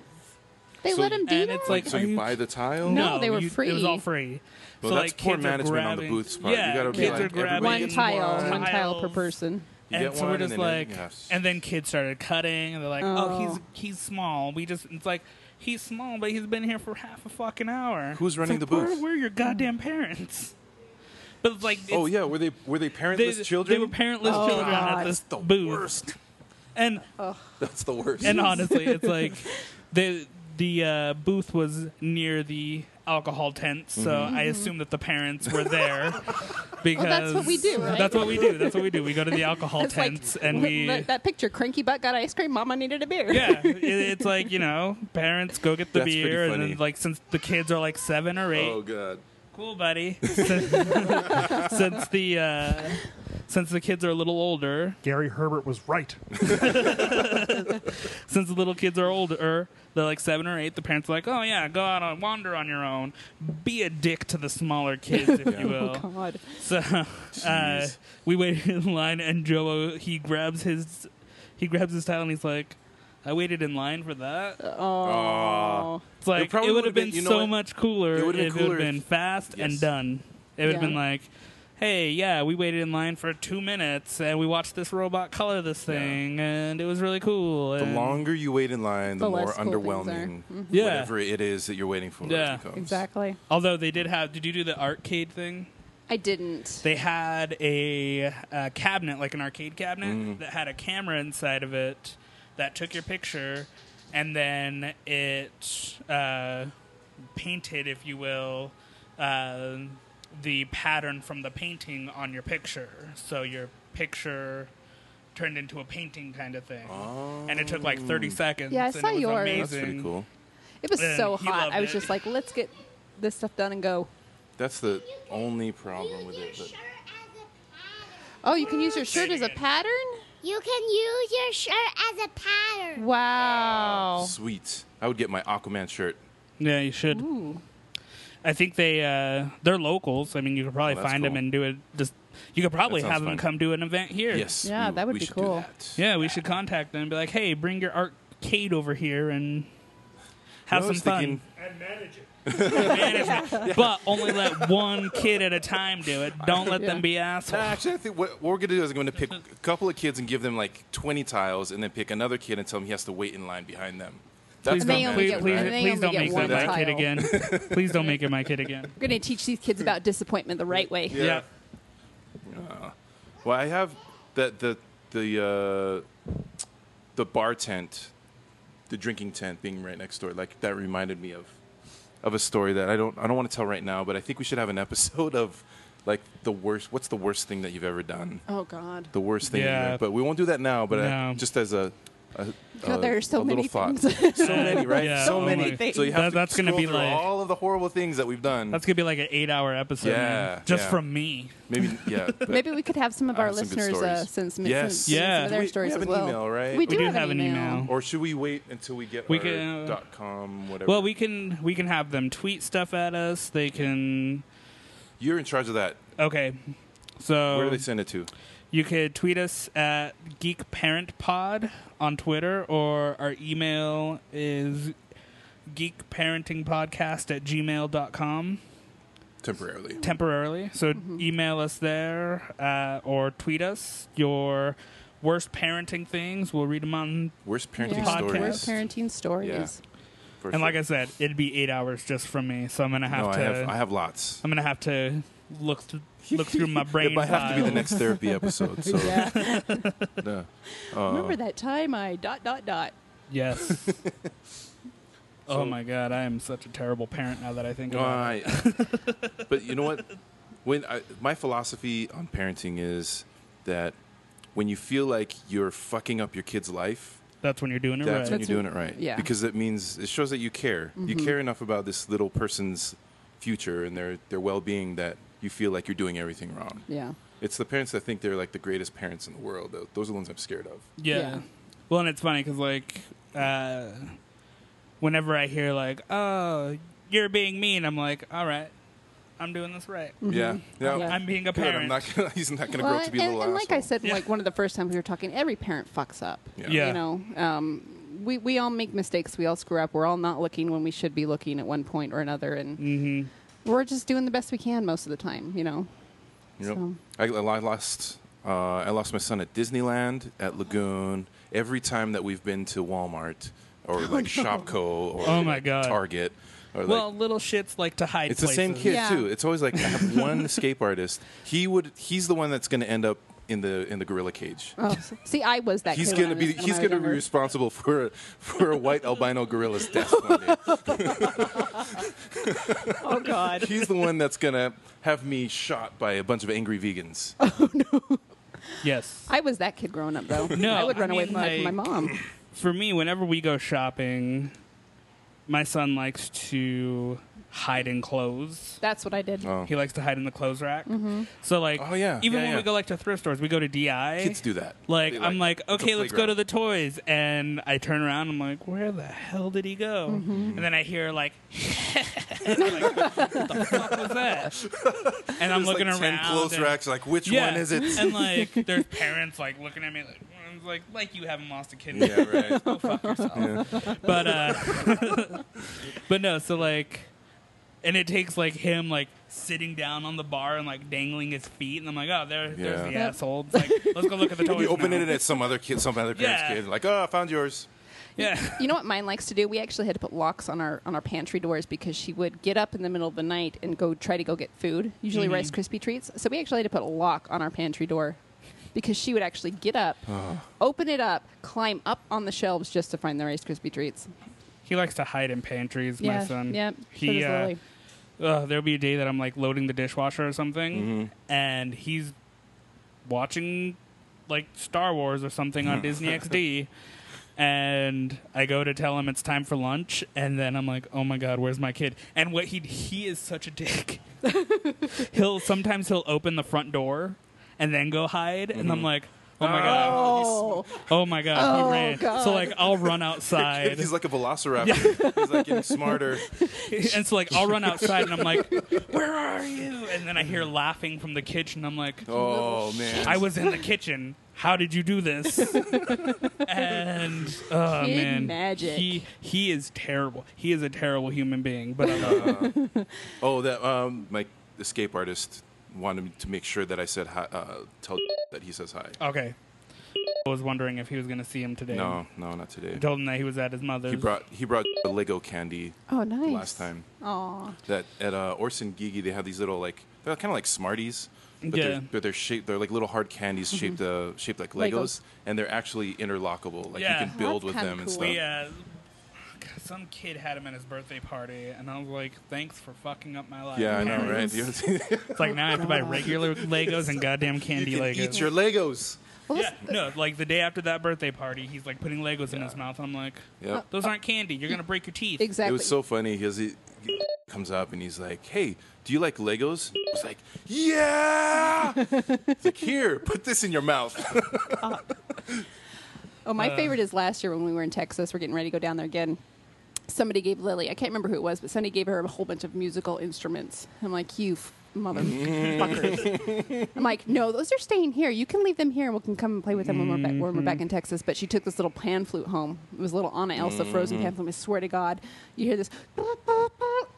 Speaker 2: They
Speaker 5: So-
Speaker 2: let him do
Speaker 4: and
Speaker 2: that?
Speaker 4: it's like-
Speaker 5: so
Speaker 4: are
Speaker 5: you
Speaker 4: you
Speaker 5: buy the tile?
Speaker 2: No, they were
Speaker 4: you-
Speaker 2: free.
Speaker 4: It was all free.
Speaker 5: Well, that's
Speaker 4: kids
Speaker 5: poor
Speaker 4: are
Speaker 5: management on the
Speaker 4: grabbing-
Speaker 5: booth's part. You
Speaker 4: Yeah,
Speaker 5: gotta be
Speaker 4: kids
Speaker 5: like,
Speaker 4: are grabbing
Speaker 5: everybody
Speaker 2: one
Speaker 5: gets
Speaker 2: tile, one
Speaker 4: tiles.
Speaker 2: tile per person.
Speaker 5: You
Speaker 4: and
Speaker 5: get
Speaker 4: so we're
Speaker 5: one,
Speaker 4: just
Speaker 5: and then-
Speaker 4: like,
Speaker 5: yes.
Speaker 4: and then kids started cutting, and they're like, oh.
Speaker 2: Oh.
Speaker 4: he's he's small. We just it's like he's small, but he's been here for half a fucking hour.
Speaker 5: Who's
Speaker 4: It's
Speaker 5: running
Speaker 4: like,
Speaker 5: the
Speaker 4: "We're-
Speaker 5: booth?"
Speaker 4: We're, your goddamn parents. But it's like, it's,
Speaker 5: Oh yeah, were they were they
Speaker 4: they,
Speaker 5: parentless
Speaker 4: they
Speaker 5: children?
Speaker 4: were parentless
Speaker 2: Oh,
Speaker 4: children
Speaker 2: God.
Speaker 4: at this
Speaker 5: the
Speaker 4: booth,
Speaker 5: worst. <laughs>
Speaker 4: and
Speaker 5: That's the
Speaker 2: <laughs>
Speaker 5: worst.
Speaker 4: and honestly, it's like the the uh, booth was near the alcohol tent, so
Speaker 5: Mm-hmm.
Speaker 4: I assume that the parents
Speaker 5: <laughs>
Speaker 4: were there because
Speaker 2: what we do, right?
Speaker 4: That's what we do. That's what we do. We go
Speaker 2: <laughs>
Speaker 4: to the alcohol
Speaker 2: It's like
Speaker 4: tents and
Speaker 2: that-
Speaker 4: we
Speaker 2: that, that picture. Cranky butt got ice cream. Mama needed a
Speaker 4: <laughs>
Speaker 2: beer.
Speaker 4: yeah, it, it's like you know, parents go get the
Speaker 5: That's pretty
Speaker 4: beer, and
Speaker 5: funny.
Speaker 4: then like since the kids are like seven or eight,
Speaker 5: Oh god.
Speaker 4: cool,
Speaker 5: <laughs>
Speaker 4: buddy. <laughs> since, since the uh, since the kids are a little older,
Speaker 6: Gary Herbert was right.
Speaker 4: since the little kids are older, they're like seven or eight. The parents are like, oh yeah, go out and wander on your own, be a dick to the smaller kids,
Speaker 2: <laughs>
Speaker 4: if you will.
Speaker 2: Oh <laughs> God.
Speaker 4: So uh,
Speaker 5: Jeez.
Speaker 4: we waited in line, and Joe he grabs his he grabs his towel, and he's like, "I waited in line for that."
Speaker 2: Oh.
Speaker 4: It's like
Speaker 5: It
Speaker 4: it,
Speaker 5: probably
Speaker 4: would
Speaker 5: would've
Speaker 4: have
Speaker 5: been-
Speaker 4: been,
Speaker 5: you know
Speaker 4: so
Speaker 5: what?
Speaker 4: much cooler
Speaker 5: It
Speaker 4: if it would
Speaker 5: would've been
Speaker 4: have
Speaker 5: cooler if-
Speaker 4: been fast
Speaker 5: Yes.
Speaker 4: and done. It would have
Speaker 2: Yeah.
Speaker 4: been like, hey, yeah, we waited in line for two minutes and we watched this robot color this thing, and it was really cool.
Speaker 5: The
Speaker 4: and-
Speaker 5: longer you wait in line, the,
Speaker 2: The
Speaker 5: more
Speaker 2: less cool
Speaker 5: underwhelming
Speaker 2: things Mm-hmm.
Speaker 4: Yeah.
Speaker 5: whatever it is that you're waiting for
Speaker 4: Yeah.
Speaker 5: becomes.
Speaker 2: Exactly.
Speaker 4: Although they did have, did you do the arcade thing?
Speaker 2: I didn't.
Speaker 4: They had a, uh cabinet, like an arcade cabinet,
Speaker 5: Mm-hmm.
Speaker 4: that had a camera inside of it that took your picture, and then it uh, painted, if you will, uh, the pattern from the painting on your picture. So your picture turned into a painting kind of thing, and it took like thirty seconds.
Speaker 2: Yeah, I
Speaker 4: and
Speaker 2: saw
Speaker 4: it was
Speaker 2: yours.
Speaker 4: Amazing.
Speaker 5: Oh. That's pretty cool.
Speaker 2: it was
Speaker 4: and
Speaker 2: so
Speaker 4: he
Speaker 2: hot.
Speaker 4: loved
Speaker 2: I was
Speaker 4: it.
Speaker 2: just like, let's get this stuff done and go.
Speaker 5: That's the only problem with it. but-
Speaker 2: Oh, you can use your shirt as a pattern.
Speaker 7: You can use your shirt as a pattern.
Speaker 2: Wow.
Speaker 5: Sweet. I would get my Aquaman shirt.
Speaker 4: Yeah, you should.
Speaker 2: Ooh.
Speaker 4: I think they uh, they're locals. I mean, you could probably
Speaker 5: Oh, that's
Speaker 4: find them
Speaker 5: cool.
Speaker 4: and do it. Just you could probably
Speaker 5: That sounds
Speaker 4: have them
Speaker 5: fun.
Speaker 4: come do an event here.
Speaker 5: Yes.
Speaker 2: Yeah,
Speaker 5: we-
Speaker 2: that would
Speaker 5: we
Speaker 2: be
Speaker 5: should do
Speaker 2: cool.
Speaker 5: that.
Speaker 4: Yeah, we should contact them and be like, "Hey, bring your arcade over here and have
Speaker 5: I
Speaker 4: some
Speaker 5: was
Speaker 4: fun."
Speaker 5: thinking-
Speaker 6: And manage it.
Speaker 4: Management. <laughs> But only let one kid at a time do it. Don't let them be
Speaker 5: Nah,
Speaker 4: assholes.
Speaker 5: Actually, I think what, what we're gonna do is I'm gonna pick a couple of kids and give them like 20 tiles, and then pick another kid and tell him he has to wait in line behind them. <laughs> That's
Speaker 4: Please
Speaker 2: And they
Speaker 4: don't,
Speaker 2: only
Speaker 4: please,
Speaker 2: get-
Speaker 4: please,
Speaker 2: and they
Speaker 4: please
Speaker 2: only
Speaker 4: don't
Speaker 2: get
Speaker 4: make
Speaker 2: one
Speaker 4: that my kid
Speaker 2: tile.
Speaker 4: again.
Speaker 5: <laughs>
Speaker 4: Please don't make it my kid again.
Speaker 2: We're gonna teach these kids about disappointment the right way.
Speaker 5: Yeah.
Speaker 4: Yeah.
Speaker 5: Well, I have the the the uh, the bar tent, the drinking tent being right next door. Like that reminded me of of a story that I don't I don't want to tell right now, but I think we should have an episode <laughs> of like the worst. What's the worst thing that you've ever done?
Speaker 2: Oh God.
Speaker 5: The worst thing.
Speaker 4: Yeah.
Speaker 5: Yeah. But we won't do that now. But I,
Speaker 4: No.
Speaker 5: just as a. a
Speaker 2: God,
Speaker 5: a-
Speaker 2: there are so
Speaker 5: a
Speaker 2: many
Speaker 5: little thought.
Speaker 2: things.
Speaker 4: <laughs>
Speaker 5: so many, right?
Speaker 4: Yeah,
Speaker 5: so
Speaker 4: oh
Speaker 5: many.
Speaker 4: my-
Speaker 5: So you have
Speaker 4: That-
Speaker 5: to
Speaker 4: that's gonna
Speaker 5: scroll
Speaker 4: be
Speaker 5: through
Speaker 4: like-
Speaker 5: all of the horrible things that we've done.
Speaker 4: That's gonna be like an eight-hour episode, man.
Speaker 5: Yeah,
Speaker 4: just
Speaker 5: yeah.
Speaker 4: from me.
Speaker 5: Maybe,
Speaker 4: <laughs>
Speaker 5: yeah. but-
Speaker 2: Maybe we could have some of
Speaker 5: I
Speaker 2: our
Speaker 5: have some good
Speaker 2: listeners uh,
Speaker 5: stories.
Speaker 2: send some, send
Speaker 5: Yes.
Speaker 2: some
Speaker 4: Yeah.
Speaker 2: of their
Speaker 5: We- we
Speaker 2: stories
Speaker 5: have
Speaker 2: as
Speaker 5: an
Speaker 2: well.
Speaker 5: email, right?
Speaker 2: We
Speaker 5: We
Speaker 2: do,
Speaker 4: do
Speaker 2: have, an email.
Speaker 5: Or should we wait until we get
Speaker 4: We
Speaker 5: our
Speaker 4: can, uh,
Speaker 5: dot com whatever?
Speaker 4: Well, we can we can have them tweet stuff at us. They can
Speaker 5: You're in charge of that.
Speaker 4: okay. So
Speaker 5: Where do they send it to?
Speaker 4: You could tweet us at Geek Parent Pod on Twitter, or our email is geekparentingpodcast at gmail.com
Speaker 5: Temporarily.
Speaker 4: temporarily. So
Speaker 5: Mm-hmm.
Speaker 4: email us there uh, or tweet us your worst parenting things. We'll read them on.
Speaker 5: Worst parenting
Speaker 2: Yeah.
Speaker 5: stories.
Speaker 2: We're parenting stories.
Speaker 5: For
Speaker 4: And like I
Speaker 5: sure.
Speaker 4: said, it'd be eight hours just from me, so I'm gonna have
Speaker 5: no,
Speaker 4: to.
Speaker 5: I have I have lots.
Speaker 4: am gonna have to look th- look through
Speaker 2: <laughs>
Speaker 5: <laughs>
Speaker 4: my brain.
Speaker 5: It might have to be the
Speaker 4: files.
Speaker 5: next therapy episode.
Speaker 4: <laughs>
Speaker 5: So yeah. Uh-huh.
Speaker 2: Remember that time I dot dot dot.
Speaker 4: Yes.
Speaker 5: <laughs>
Speaker 4: oh my god, I am such a terrible parent now that I think
Speaker 5: No,
Speaker 4: about it.
Speaker 5: I, <laughs> but you know what? When I, my philosophy on parenting is that when you feel like you're fucking up your kid's life,
Speaker 4: That's when you're doing it
Speaker 5: that's
Speaker 4: right.
Speaker 5: when you're doing it right.
Speaker 2: yeah. Mm-hmm.
Speaker 5: Because that means it shows that you care. You care enough about this little person's future and their, their well being that you feel like you're doing everything wrong.
Speaker 2: Yeah.
Speaker 5: It's the parents that think they're like the greatest parents in the world. Tho- Those are the ones I'm scared of.
Speaker 4: yeah.
Speaker 2: Yeah.
Speaker 4: Well, and it's funny because like, uh, whenever I hear like, "Oh, you're being mean," I'm like, "All right, I'm doing this right.
Speaker 5: Yeah. yeah.
Speaker 2: Mm-hmm. Yeah.
Speaker 4: I'm being a
Speaker 5: Good.
Speaker 4: parent."
Speaker 5: I'm not gonna, <laughs> he's not going to grow up to be
Speaker 2: and,
Speaker 5: a little
Speaker 2: and like I
Speaker 5: asshole.
Speaker 2: said, like one of the first times we were talking, every parent fucks up.
Speaker 5: Yeah.
Speaker 4: Yeah.
Speaker 2: You know, um, we we all make mistakes. We all screw up. We're all not looking when we should be looking at one point or another, and we're just doing the best we can most of the time. You know.
Speaker 5: Yep.
Speaker 2: So-
Speaker 5: I, I lost. Uh, I lost my son at Disneyland, at Lagoon. Every time that we've been to Walmart or
Speaker 2: Oh,
Speaker 5: like Shopko or
Speaker 4: Oh, my
Speaker 5: like,
Speaker 4: God.
Speaker 5: Target, or like,
Speaker 4: well, little shits like to hide.
Speaker 5: it's the same
Speaker 4: places.
Speaker 5: kid
Speaker 4: <laughs>
Speaker 2: Yeah.
Speaker 5: too. It's always like I have one escape artist. He would. He's the one that's going to end up in the in the gorilla cage.
Speaker 2: Oh, s- see, I was that.
Speaker 5: He's
Speaker 2: kid
Speaker 5: gonna
Speaker 2: when I
Speaker 5: be
Speaker 2: was- when I
Speaker 5: he's
Speaker 2: was
Speaker 5: gonna be
Speaker 2: younger.
Speaker 5: responsible for for a white albino gorilla's death one day.
Speaker 2: <laughs>
Speaker 8: Oh God.
Speaker 5: <laughs> He's the one that's gonna have me shot by a bunch of angry vegans.
Speaker 4: Yes.
Speaker 2: I was that kid growing up, though.
Speaker 4: No,
Speaker 2: I would
Speaker 4: I
Speaker 2: run away
Speaker 4: mean,
Speaker 2: from my, from my
Speaker 4: like-
Speaker 2: mom.
Speaker 4: for me, whenever we go shopping, my son likes to hide in clothes.
Speaker 2: That's what I did.
Speaker 5: Oh.
Speaker 4: He likes to hide in the clothes rack. So like,
Speaker 5: Oh, yeah.
Speaker 4: even
Speaker 5: Yeah,
Speaker 4: when
Speaker 5: yeah.
Speaker 4: we go like to thrift stores, we go to DI.
Speaker 5: Kids do that.
Speaker 4: Like,
Speaker 5: They
Speaker 4: I'm like,
Speaker 5: it's a
Speaker 4: okay, let's go
Speaker 5: playground.
Speaker 4: to the toys, and I turn around, I'm like, where the hell did he go? And then I hear like, <laughs> like, what the fuck was that? And I'm
Speaker 5: There's
Speaker 4: looking
Speaker 5: like
Speaker 4: around.
Speaker 5: Ten clothes
Speaker 4: and-
Speaker 5: racks. Like which
Speaker 4: yeah.
Speaker 5: one
Speaker 4: <laughs>
Speaker 5: is it?
Speaker 4: And like, there's parents like looking at me like, "Mm," like, like you haven't lost a kid. in
Speaker 5: yeah,
Speaker 4: <laughs>
Speaker 5: right.
Speaker 4: Go fuck yourself. But uh, <laughs> but no. So like, and it takes like him like sitting down on the bar and like dangling his feet, and I'm like, oh, there, there's
Speaker 5: Yeah.
Speaker 4: the
Speaker 5: Yep.
Speaker 4: asshole. It's like, let's go look at the toys.
Speaker 5: <laughs> You open
Speaker 4: now.
Speaker 5: it at some other kid, some other parent's
Speaker 4: Yeah.
Speaker 5: kid. Like, oh, I found yours.
Speaker 4: Yeah. <laughs>
Speaker 2: You know what mine likes to do? We actually had to put locks on our on our pantry doors because she would get up in the middle of the night and go try to go get food, usually
Speaker 5: Mm-hmm.
Speaker 2: Rice Krispie treats. So we actually had to put a lock on our pantry door because she would actually get up,
Speaker 5: Oh.
Speaker 2: open it up, climb up on the shelves just to find the Rice Krispie treats.
Speaker 4: He likes to hide in pantries, my son.
Speaker 2: Yep. so
Speaker 4: He
Speaker 2: does
Speaker 4: uh,
Speaker 2: Lily.
Speaker 4: uh, there'll be a day that I'm like loading the dishwasher or something, and he's watching like Star Wars or something on Disney XD. And I go to tell him it's time for lunch, and then I'm like, "Oh my god, where's my kid?" And what he he is such a dick. he'll sometimes he'll open the front door and then go hide, and I'm like, "Oh my god,
Speaker 2: Oh,
Speaker 4: oh my god,
Speaker 2: Oh,
Speaker 4: he ran."
Speaker 2: God.
Speaker 4: So like, I'll run outside.
Speaker 5: <laughs> He's like a velociraptor. He's like
Speaker 4: <laughs>
Speaker 5: getting smarter.
Speaker 4: and so like I'll run outside and I'm like, "Where are you?" And then I hear laughing from the kitchen. I'm like,
Speaker 5: Oh man.
Speaker 4: "I was in the kitchen. How did you do this?" and oh
Speaker 2: Kid
Speaker 4: man,
Speaker 2: magic.
Speaker 4: he he is terrible. He is a terrible human being. But uh, I
Speaker 5: <laughs>
Speaker 4: love him.
Speaker 5: Oh, that um, my escape artist wanted me to make sure that I said hi. Uh, tell that he says hi.
Speaker 4: okay, I was wondering if he was gonna see him today.
Speaker 5: No, no, not today.
Speaker 4: I told him that he was at his mother's.
Speaker 5: He brought he brought a Lego candy
Speaker 2: oh, nice.
Speaker 5: last time.
Speaker 2: Aw.
Speaker 5: That at uh, Orson Gigi they have these little like they're kind of like Smarties. But
Speaker 4: Yeah. Mm-hmm.
Speaker 5: they're, but they're shaped. They're like little hard candies shaped, uh, shaped like Legos,
Speaker 2: Legos.
Speaker 5: and they're actually interlockable. Like
Speaker 4: Yeah.
Speaker 5: you can build
Speaker 2: That's
Speaker 5: with
Speaker 2: kinda
Speaker 5: them and
Speaker 2: cool.
Speaker 5: stuff.
Speaker 4: we uh, God, <sighs> some kid had him at his birthday party, and I was like, "Thanks for fucking up my life."
Speaker 5: Yeah, I know, right? <laughs>
Speaker 4: parents."
Speaker 5: You,
Speaker 4: <laughs> It's like now I have to buy regular Legos and
Speaker 5: <laughs>
Speaker 4: goddamn candy
Speaker 5: can
Speaker 4: Legos.
Speaker 5: eat your Legos.
Speaker 2: Well,
Speaker 4: Yeah,
Speaker 2: that's-
Speaker 4: no, like the day after that birthday party, he's like putting Legos in his mouth, and I'm like,
Speaker 5: Yep.
Speaker 4: those aren't candy. You're gonna break your teeth.
Speaker 2: exactly.
Speaker 5: It was so funny because he he comes up and he's like, "Hey, do you like Legos?" I was like,
Speaker 2: <laughs>
Speaker 5: "Yeah." it's like, "Here, put this in your mouth." <laughs>
Speaker 2: Oh,
Speaker 4: Uh,
Speaker 2: my favorite is last year when we were in Texas. We're getting ready to go down there again. Somebody gave Lily, I can't remember who it was, but somebody gave her a whole bunch of musical instruments. I'm like, you f- motherfuckers.
Speaker 4: <laughs>
Speaker 2: I'm like, no, those are staying here. You can leave them here and we can come and play with them when we're back when we're
Speaker 4: Mm-hmm.
Speaker 2: back in Texas. But she took this little pan flute home. It was a little Anna Elsa
Speaker 4: Mm-hmm.
Speaker 2: frozen pan flute. I swear to God, you hear this,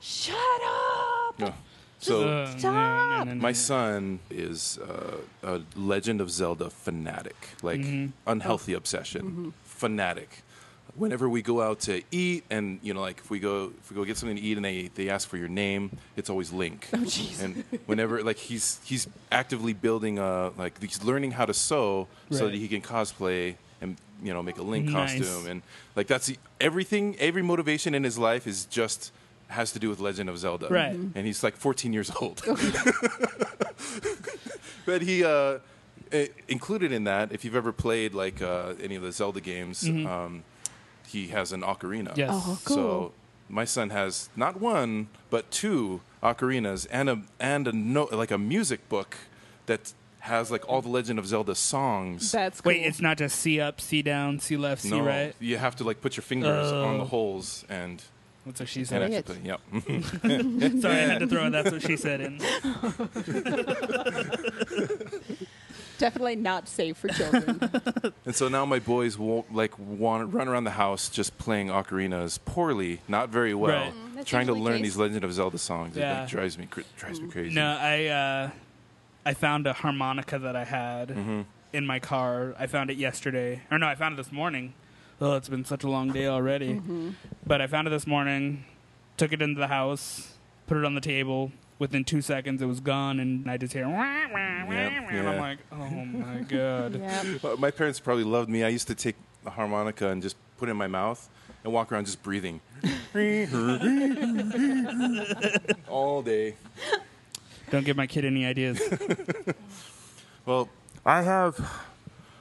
Speaker 2: shut up.
Speaker 5: No. So
Speaker 4: Uh,
Speaker 2: Stop!
Speaker 4: no, no, no, no.
Speaker 5: my son is uh, a Legend of Zelda fanatic, like
Speaker 4: Mm-hmm.
Speaker 5: unhealthy obsession, fanatic. Whenever we go out to eat, and you know, like if we go if we go get something to eat, and they they ask for your name, it's always Link. Oh
Speaker 2: jeez.
Speaker 5: And whenever like he's he's actively building a like he's learning how to sew so
Speaker 4: Right.
Speaker 5: that he can cosplay and you know make a Link
Speaker 4: Nice.
Speaker 5: costume, and like that's the, everything. Every motivation in his life is just has to do with Legend of Zelda,
Speaker 4: Right. Mhm.
Speaker 5: And he's like 14 years old. But he uh, i- included in that, if you've ever played like uh, any of the Zelda games, um, he has an ocarina.
Speaker 4: Mm-hmm. Yes.
Speaker 2: Oh, cool.
Speaker 5: So my son has not one but two ocarinas and a and a no, like a music book that has like all the Legend of Zelda songs.
Speaker 2: That's cool.
Speaker 4: Wait, it's not just C up, C down, C left, C
Speaker 5: no,
Speaker 4: right. Oh.
Speaker 5: you have to like put your fingers on the holes and.
Speaker 4: That's what she
Speaker 5: And
Speaker 4: said.
Speaker 2: Right.
Speaker 5: actually, play. yep. <laughs>
Speaker 4: Sorry, I had to throw. it. That's what she said. In
Speaker 2: definitely not safe for children.
Speaker 4: <laughs>
Speaker 5: And so now my boys won't like want run around the house just playing ocarinas poorly, not very well,
Speaker 4: Right.
Speaker 2: Mm, that's
Speaker 5: trying to
Speaker 2: usually
Speaker 5: learn
Speaker 2: case.
Speaker 5: these Legend of Zelda songs. It
Speaker 4: Yeah.
Speaker 5: like, drives me cr- drives me crazy.
Speaker 4: no, I uh, I found a harmonica that I had in my car. I found it yesterday, or no, I found it this morning. Oh, it's been such a long day already.
Speaker 2: Mm-hmm.
Speaker 4: But I found it this morning, took it into the house, put it on the table. Within two seconds, it was gone, and I just hear. "Wah, wah."
Speaker 5: Yep,
Speaker 4: And I'm
Speaker 5: yeah.
Speaker 4: like, oh my god.
Speaker 5: Uh, My parents probably loved me. I used to take the harmonica and just put it in my mouth and walk around just breathing <laughs> all day.
Speaker 4: Don't give my kid any ideas.
Speaker 5: Well, I have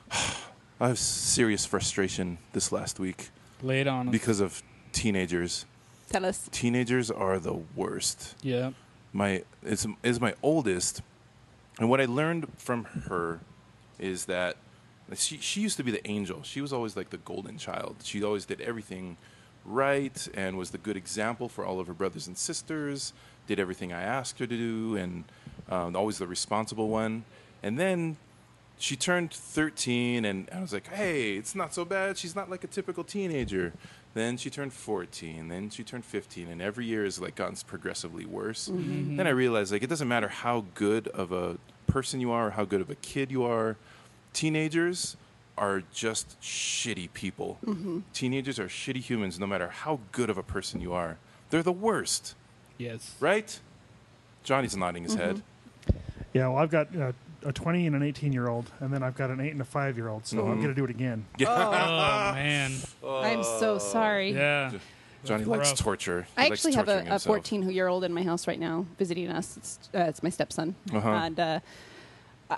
Speaker 5: <sighs> I have serious frustration this last week
Speaker 4: Lay it on. 'em.
Speaker 5: because of teenagers.
Speaker 2: Tell us.
Speaker 5: Teenagers are the worst.
Speaker 4: yeah.
Speaker 5: my is is my oldest, and what I learned from her is that she she used to be the angel. She was always like the golden child. She always did everything right and was the good example for all of her brothers and sisters. Did everything I asked her to do, and um, always the responsible one. And then she turned 13 and i was like hey it's not so bad she's not like a typical teenager then she turned 14 then she turned 15 and every year has like gotten progressively worse then i realized like it doesn't matter how good of a person you are or how good of a kid you are teenagers are just shitty people teenagers are shitty humans no matter how good of a person you are they're the worst
Speaker 4: Yes.
Speaker 5: right johnny's nodding his head
Speaker 6: Yeah, well, I've got uh, a 20 and an 18 year old, and then I've got an 8 and a 5 year old, so I'm going to do it again.
Speaker 4: Oh man.
Speaker 2: I'm so
Speaker 4: Uh,
Speaker 2: sorry.
Speaker 4: Yeah.
Speaker 5: johnny likes
Speaker 4: rough.
Speaker 5: torture He
Speaker 2: I
Speaker 5: likes
Speaker 2: actually have a,
Speaker 5: torturing
Speaker 2: a
Speaker 5: himself.
Speaker 2: 14 year old in my house right now visiting us. It's, uh, it's my stepson.
Speaker 5: Uh-huh.
Speaker 2: And uh,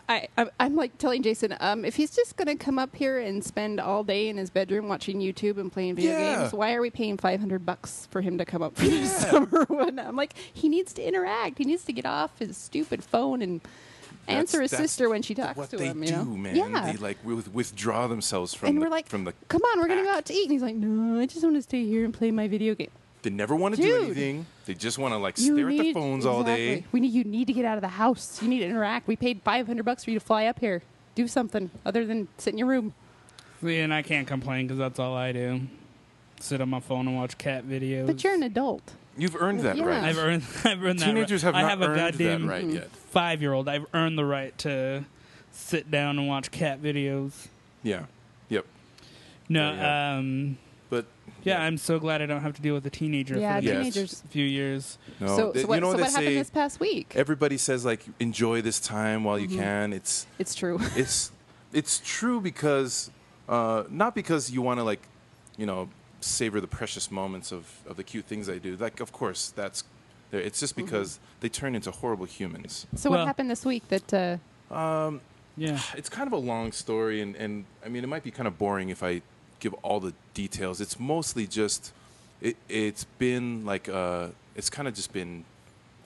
Speaker 2: I, I, I'm like telling Jason, um, if he's just going to come up here and spend all day in his bedroom watching YouTube and playing video
Speaker 5: Yeah.
Speaker 2: games, why are we paying 500 bucks for him to come up for the summer? <laughs> When I'm like, he needs to interact. He needs to get off his stupid phone and answer his
Speaker 5: That's- that's
Speaker 2: sister when she talks
Speaker 5: what
Speaker 2: to
Speaker 5: they
Speaker 2: him.
Speaker 5: do,
Speaker 2: you know?
Speaker 5: man.
Speaker 2: Yeah.
Speaker 5: They like with, withdraw themselves from
Speaker 2: and
Speaker 5: the,
Speaker 2: we're like,
Speaker 5: from the.
Speaker 2: come on, we're going to go out to eat. And he's like, no, I just want to stay here and play my video game.
Speaker 5: They never want to
Speaker 2: Dude.
Speaker 5: do anything. They just want to like
Speaker 2: You
Speaker 5: stare at the
Speaker 2: need-
Speaker 5: phones all day.
Speaker 2: exactly. We need you need to get out of the house. You need to interact. We paid five hundred bucks for you to fly up here. Do something other than sit in your room.
Speaker 4: See, and I can't complain because that's all I do. Sit on my phone and watch cat videos.
Speaker 2: But you're an adult.
Speaker 5: You've earned that
Speaker 2: Yeah.
Speaker 5: right.
Speaker 4: I've earned. <laughs> I've earned
Speaker 5: Teenagers
Speaker 4: that.
Speaker 5: have
Speaker 4: right.
Speaker 5: not
Speaker 4: I have
Speaker 5: earned
Speaker 4: a goddamn
Speaker 5: that right
Speaker 2: Mm.
Speaker 5: yet.
Speaker 4: five-year-old. I've earned the right to sit down and watch cat videos.
Speaker 5: Yeah. Yep.
Speaker 4: No.
Speaker 5: There you go.
Speaker 4: Um.
Speaker 5: But
Speaker 4: Yeah, I'm so glad I don't have to deal with a teenager
Speaker 2: Yeah,
Speaker 4: for the
Speaker 5: Yes.
Speaker 2: teenagers.
Speaker 4: next few years.
Speaker 5: no.
Speaker 2: so,
Speaker 5: they-
Speaker 2: so what,
Speaker 5: you know
Speaker 2: so
Speaker 5: they
Speaker 2: what happened
Speaker 5: say? e-,
Speaker 2: this past week?
Speaker 5: everybody says like enjoy this time while you
Speaker 2: Mm-hmm.
Speaker 5: can. It's
Speaker 2: it's true. <laughs>
Speaker 5: it's it's true because uh, not because you want to like you know savor the precious moments of, of the cute things I do. Like of course that's it's just because they turn into horrible humans.
Speaker 2: So
Speaker 4: Well-
Speaker 2: what happened this week that uh,
Speaker 4: Yeah.
Speaker 5: it's kind of a long story, and, and I mean, it might be kind of boring if I give all the details. It's mostly just, it, it's been like, uh, it's kind of just been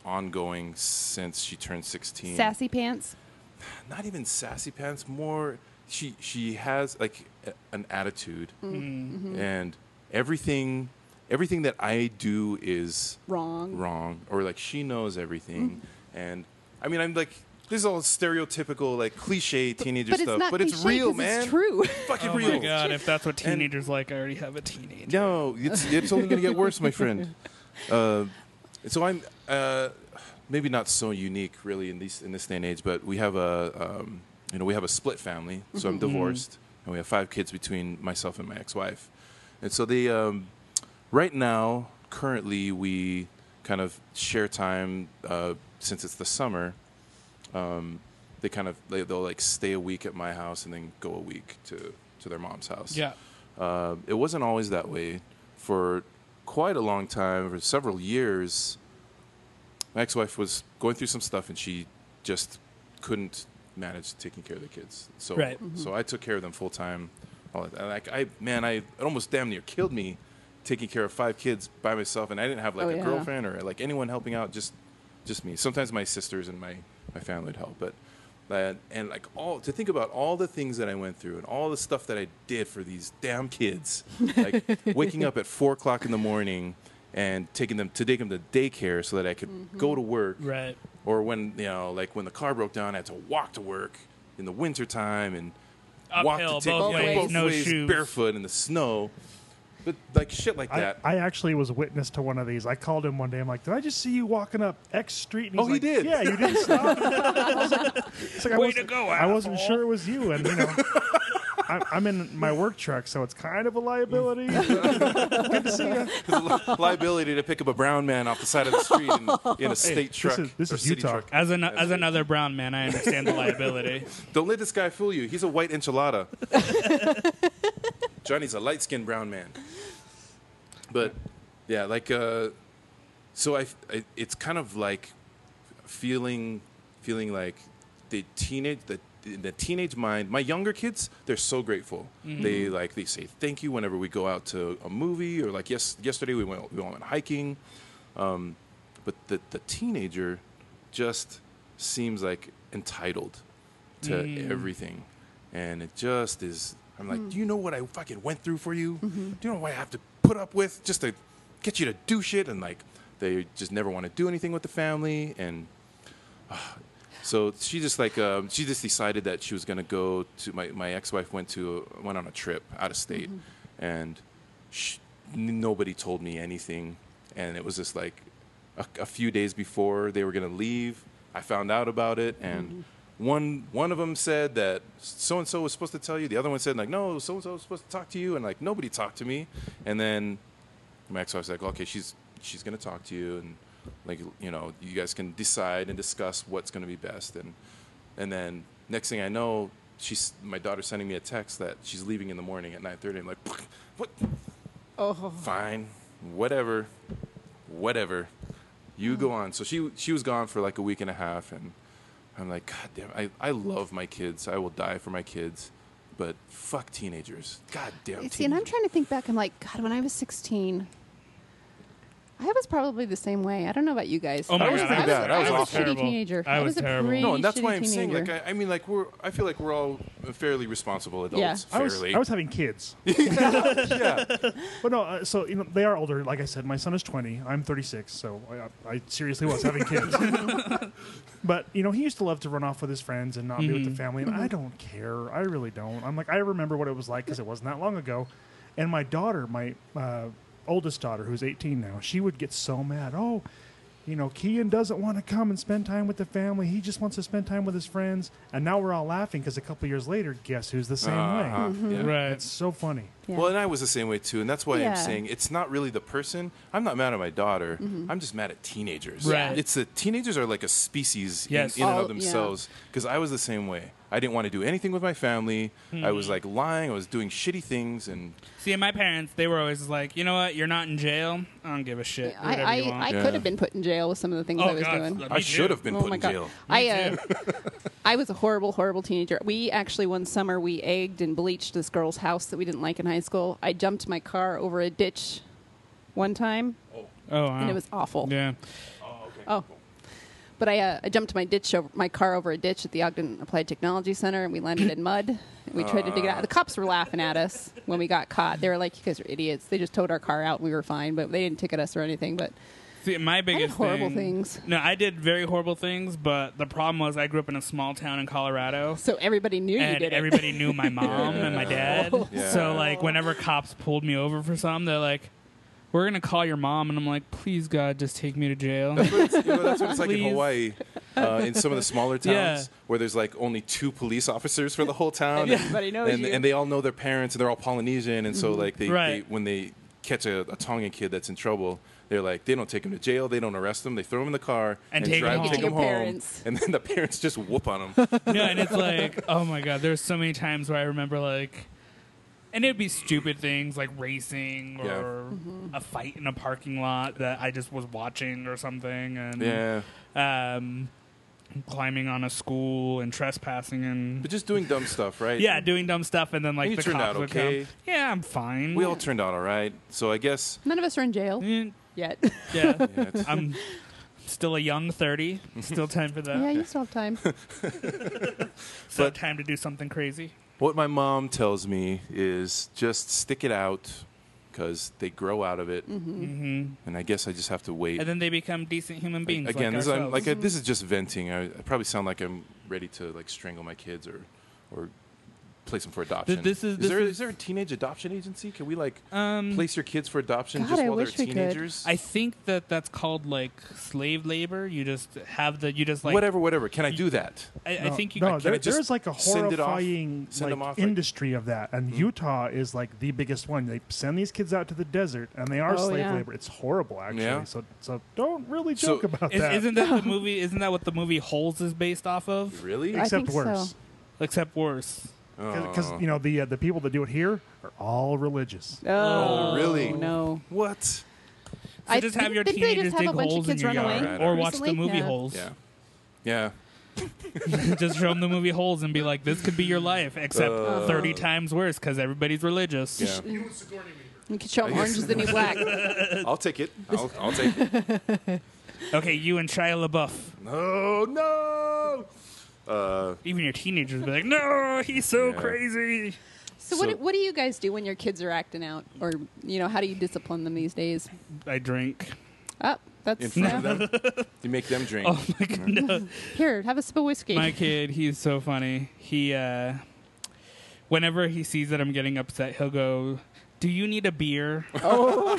Speaker 5: ongoing since she turned 16.
Speaker 2: sassy pants?
Speaker 5: Not even sassy pants, more, she, she has like a, an attitude,
Speaker 2: Mm-hmm.
Speaker 5: and everything, everything that I do is
Speaker 2: Wrong. Mm-hmm.
Speaker 5: wrong or like she knows everything and i mean i'm like this is all stereotypical like cliche teenager
Speaker 2: but it's
Speaker 5: stuff
Speaker 2: not
Speaker 5: but it's
Speaker 2: cliche
Speaker 5: real
Speaker 2: 'cause
Speaker 5: man
Speaker 2: It's true.
Speaker 5: fucking
Speaker 4: Oh
Speaker 5: real
Speaker 4: my god! If that's what teenagers like, I already have a teenager.
Speaker 5: no it's it's only going to get worse my friend uh, so i'm uh, maybe not so unique really in these in this day and age but we have a um, you know we have a split family so i'm divorced and we have five kids between myself and my ex-wife and so they um, right now, currently, we kind of share time uh, since it's the summer. Um, they kind of they, they'll like stay a week at my house and then go a week to to their mom's house.
Speaker 4: Yeah.
Speaker 5: Uh, it wasn't always that way. For quite a long time, for several years, my ex-wife was going through some stuff, and she just couldn't manage taking care of the kids. So,
Speaker 4: Right.
Speaker 5: so I took care of them full time. All that. And, Like I, man, I it almost damn near killed me taking care of five kids by myself, and I didn't have like
Speaker 2: Oh,
Speaker 5: a
Speaker 2: yeah.
Speaker 5: girlfriend or like anyone helping out. Just, just me. Sometimes my sisters and my my family would help, but. That, and like all to think about all the things that I went through and all the stuff that I did for these damn kids,
Speaker 2: <laughs>
Speaker 5: like waking up at four o'clock in the morning and taking them to take them to daycare so that I could
Speaker 2: Mm-hmm.
Speaker 5: go to work,
Speaker 4: Right.
Speaker 5: or when you know like when the car broke down i had to walk to work in the wintertime and walk
Speaker 4: Uphill,
Speaker 5: to take
Speaker 4: both
Speaker 5: yeah,
Speaker 2: ways,
Speaker 5: both
Speaker 4: no
Speaker 5: ways
Speaker 4: shoes.
Speaker 5: barefoot in the snow but like shit like
Speaker 6: I,
Speaker 5: that
Speaker 6: I actually was witness to one of these. I called him one day. I'm like, did I just see you walking up X Street? And he's
Speaker 5: Oh, he
Speaker 6: like,
Speaker 5: did.
Speaker 6: Yeah, you didn't stop. <laughs> I was like, it's like I
Speaker 4: Way
Speaker 6: wasn't-
Speaker 4: to go,
Speaker 6: I wasn't
Speaker 4: asshole.
Speaker 6: sure it was you. And, you know, <laughs> I'm, I'm in my work truck, so it's kind of a
Speaker 5: <laughs>
Speaker 6: liability. Good to see you.
Speaker 5: Li- <laughs> liability to pick up a brown man off the side of the street in, in a state
Speaker 6: this
Speaker 5: truck
Speaker 6: is- this
Speaker 5: or
Speaker 6: is
Speaker 5: city
Speaker 6: Utah.
Speaker 5: truck.
Speaker 4: As an as another brown man, I understand the
Speaker 5: <laughs>
Speaker 4: liability.
Speaker 5: Don't let this guy fool you. He's a white enchilada. Johnny's a light skinned brown man. But yeah, like uh, so I, I it's kind of like feeling feeling like the teenage the the teenage mind my younger kids they're so grateful they like they say thank you whenever we go out to a movie or like yes yesterday we went we went hiking Um, but the, the teenager just seems like entitled to everything and it just is i'm like do you know what i fucking went through for you do you know what i have to put up with just to get you to do shit and like they just never want to do anything with the family and ah. so she just like um, she just decided that she was going to go to my, my ex-wife went to went on a trip out of state and sh n- nobody told me anything and it was just like a, a few days before they were going to leave. I found out about it, and one one of them said that so and so was supposed to tell you. The other one said like, no, so and so was supposed to talk to you, and like nobody talked to me. And then my ex-wife's like, okay, she's she's going to talk to you, and like you know, you guys can decide and discuss what's going to be best. And and then next thing I know, she's my daughter's sending me a text that she's leaving in the morning at 9:30. I'm like, what? Oh, fine, whatever, whatever you go on. So she she was gone for like a week and a half, and I'm like, God damn, I, I love my kids. I will die for my kids, but fuck teenagers. God damn.
Speaker 2: See, and I'm
Speaker 5: teenagers.
Speaker 2: trying to think back. I'm like, God, when I was 16, I was probably the same way. I don't know about you guys.
Speaker 4: Oh my
Speaker 2: I was,
Speaker 4: God,
Speaker 2: I
Speaker 4: I
Speaker 2: was,
Speaker 4: was bad.
Speaker 2: I
Speaker 4: I
Speaker 2: was,
Speaker 4: was
Speaker 2: a
Speaker 4: awful.
Speaker 2: shitty teenager.
Speaker 4: I was
Speaker 2: a
Speaker 4: terrible.
Speaker 2: pretty
Speaker 4: No,
Speaker 5: no, and that's why
Speaker 2: shitty
Speaker 5: I'm saying, like,
Speaker 2: teenager.
Speaker 5: I, I mean, like we're, I feel like we're all fairly responsible adults.
Speaker 2: Yeah.
Speaker 6: I was,
Speaker 5: fairly.
Speaker 6: I
Speaker 5: <laughs>
Speaker 6: was having kids.
Speaker 5: yeah.
Speaker 6: But no, uh, so you know, they are older. Like I said, my son is 20. I'm 36, so I, I seriously was having kids. but you know, he used to love to run off with his friends and not be with the family, and I don't care. I really don't. I'm like, I remember what it was like because it wasn't that long ago. And my daughter, my uh, oldest daughter, who's 18 now, she would get so mad. Oh, you know, Kean doesn't want to come and spend time with the family. He just wants to spend time with his friends. And now we're all laughing because a couple years later, guess who's the same
Speaker 5: Uh-huh.
Speaker 6: way?
Speaker 5: Yeah.
Speaker 4: Right.
Speaker 6: It's so funny.
Speaker 2: Yeah.
Speaker 5: Well, and I was the same way too, and that's why
Speaker 2: Yeah.
Speaker 5: I'm saying it's not really the person. I'm not mad at my daughter.
Speaker 2: Mm-hmm.
Speaker 5: I'm just mad at teenagers.
Speaker 4: Right.
Speaker 5: It's the teenagers are like a species
Speaker 4: Yes.
Speaker 5: in, in and
Speaker 2: Oh,
Speaker 5: of themselves. Because I was the same way. I didn't want to do anything with my family. I
Speaker 6: Hmm.
Speaker 5: was like lying. I was doing shitty things, and
Speaker 4: See, and my parents, they were always like, you know what? You're not in jail. I don't give a shit. Do
Speaker 2: I,
Speaker 4: whatever you
Speaker 2: I,
Speaker 4: want. Oh,
Speaker 2: I
Speaker 5: Yeah.
Speaker 2: could have been put in jail with some of the things I was doing.
Speaker 4: me
Speaker 5: I should
Speaker 4: too.
Speaker 5: have been
Speaker 2: oh
Speaker 5: put
Speaker 2: my
Speaker 5: in
Speaker 2: god!
Speaker 5: jail.
Speaker 2: I uh,
Speaker 4: <laughs>
Speaker 2: I was a horrible, horrible teenager. We actually one summer we egged and bleached this girl's house that we didn't like in high school. I jumped my car over a ditch one time,
Speaker 4: Oh, wow.
Speaker 2: and it was awful.
Speaker 4: Yeah.
Speaker 2: Oh. But I, uh, I jumped my ditch over, my car over a ditch at the Ogden Applied Technology Center, and we landed in mud. We tried to dig it out. The cops were laughing at us when we got caught. They were like, "You guys are idiots." They just towed our car out, and we were fine. But they didn't ticket us or anything. But
Speaker 4: See, my biggest
Speaker 2: horrible
Speaker 4: thing-
Speaker 2: things.
Speaker 4: No, I did very horrible things, but the problem was I grew up in a small town in Colorado.
Speaker 2: so everybody knew you
Speaker 4: and
Speaker 2: did it. Oh.
Speaker 4: everybody knew my mom and my dad.
Speaker 5: Yeah.
Speaker 4: So like whenever cops pulled me over for something, they're like, "We're gonna call your mom," and I'm like, "Please God, just take me to jail."
Speaker 5: <laughs> But it's- you know, that's what it's like in
Speaker 4: Please.
Speaker 5: Hawaii, uh, in some of the smaller towns
Speaker 4: Yeah.
Speaker 5: where there's like only two police officers for the whole town.
Speaker 2: And everybody knows
Speaker 5: and,
Speaker 2: you.
Speaker 5: and they all know their parents, and they're all Polynesian, and so like they,
Speaker 4: Mm-hmm. Right.
Speaker 5: they when they catch a, a Tongan kid that's in trouble. They're like they don't take him to jail, they don't arrest him, they throw him in the car
Speaker 4: And take him
Speaker 5: drive,
Speaker 4: home.
Speaker 5: take
Speaker 4: Take
Speaker 2: your
Speaker 5: him home,
Speaker 2: parents.
Speaker 5: and then the parents just whoop on
Speaker 4: <laughs>
Speaker 5: him.
Speaker 4: no, and it's like, oh my God, there's so many times where I remember like. And it'd be stupid things like racing or
Speaker 5: Yeah.
Speaker 2: Mm-hmm.
Speaker 4: a fight in a parking lot that I just was watching or something, and
Speaker 5: yeah,
Speaker 4: um, climbing on a school and trespassing and
Speaker 5: but just doing dumb stuff, right?
Speaker 4: Yeah, doing dumb stuff, and then like
Speaker 5: you
Speaker 4: the
Speaker 5: turned
Speaker 4: cops
Speaker 5: out
Speaker 4: would
Speaker 5: okay.
Speaker 4: come. Yeah, I'm fine.
Speaker 5: we all turned out all right. So I guess
Speaker 2: <laughs> None of us are in jail
Speaker 4: Eh, <laughs>
Speaker 2: yet.
Speaker 4: yeah,
Speaker 5: <laughs> yeah, it's-
Speaker 4: I'm still a young thirty. Still time for that.
Speaker 2: yeah, you still
Speaker 4: <laughs>
Speaker 2: have time.
Speaker 4: Still
Speaker 5: but-
Speaker 4: time to do something crazy.
Speaker 5: What my mom tells me is just stick it out because they grow out of it. Mm-hmm. And I guess I just have to wait.
Speaker 4: And then they become decent human beings. like
Speaker 5: Again, this, I'm,
Speaker 4: ourselves.
Speaker 5: like, I- this is just venting. I, I probably sound like I'm ready to like strangle my kids or, or place them for adoption.
Speaker 4: this is-
Speaker 5: is, there,
Speaker 4: this
Speaker 5: is there a teenage adoption agency? Can we like
Speaker 4: Um,
Speaker 5: place your kids for adoption
Speaker 2: God,
Speaker 5: just
Speaker 2: I
Speaker 5: while they're
Speaker 2: wish we could.
Speaker 5: teenagers?
Speaker 4: I think that that's called like slave labor. You just have the you just like
Speaker 5: whatever, whatever. Can I do that?
Speaker 4: I, I
Speaker 6: No,
Speaker 4: think you
Speaker 6: Uh, no,
Speaker 5: can
Speaker 6: there,
Speaker 5: I just
Speaker 6: there's like a
Speaker 5: send it off?
Speaker 6: horrifying
Speaker 5: Send 'em
Speaker 6: like,
Speaker 5: off, like- Hmm.
Speaker 6: industry of that, and Utah is like the biggest one. They send these kids out to the desert, and they are
Speaker 2: Oh,
Speaker 6: slave
Speaker 2: yeah.
Speaker 6: labor. It's horrible, actually.
Speaker 5: Yeah.
Speaker 6: So, so don't really
Speaker 5: So,
Speaker 6: joke about
Speaker 4: Is,
Speaker 6: that.
Speaker 4: isn't that the
Speaker 2: <laughs>
Speaker 4: movie? Isn't that what the movie Holes is based off of?
Speaker 5: Really?
Speaker 2: I
Speaker 6: Except
Speaker 2: think
Speaker 6: worse,
Speaker 2: so.
Speaker 4: Except worse.
Speaker 6: because
Speaker 4: Oh.
Speaker 6: you know the uh, the people that do it here are all religious.
Speaker 2: Oh,
Speaker 5: really?
Speaker 2: No.
Speaker 5: What?
Speaker 4: So
Speaker 2: I
Speaker 4: just have your
Speaker 2: didn't they
Speaker 4: teenagers
Speaker 2: just
Speaker 4: dig
Speaker 2: have a bunch of
Speaker 4: holes in
Speaker 2: kids
Speaker 4: your
Speaker 2: run
Speaker 4: yard,
Speaker 5: away
Speaker 4: or watch the
Speaker 2: recently?
Speaker 4: movie
Speaker 2: Yeah.
Speaker 4: Holes.
Speaker 5: Yeah. Yeah.
Speaker 4: just show them the movie Holes and be like, "This could be your life, except thirty times worse because everybody's religious."
Speaker 5: Uh. Yeah.
Speaker 2: <laughs> You could show 'em
Speaker 5: guess-
Speaker 2: Orange is the New
Speaker 5: <laughs>
Speaker 2: Black.
Speaker 5: I'll take it. I'll, I'll take it.
Speaker 4: Okay, you and Shia LaBeouf.
Speaker 5: No, no. Uh,
Speaker 4: Even your teenagers be like, "No, he's so
Speaker 5: Yeah.
Speaker 4: crazy."
Speaker 2: So, what,
Speaker 5: So-
Speaker 2: what do you guys do when your kids are acting out? Or, you know, how do you discipline them these days?
Speaker 4: I drink.
Speaker 2: Oh,
Speaker 5: in
Speaker 2: that's.
Speaker 5: front
Speaker 2: yeah.
Speaker 5: of them. You make them drink.
Speaker 4: Oh my goodness.
Speaker 2: Here, have a sip of whiskey.
Speaker 4: my kid, he's so funny. He, uh, whenever he sees that I'm getting upset, he'll go, "Do you need a beer?" Oh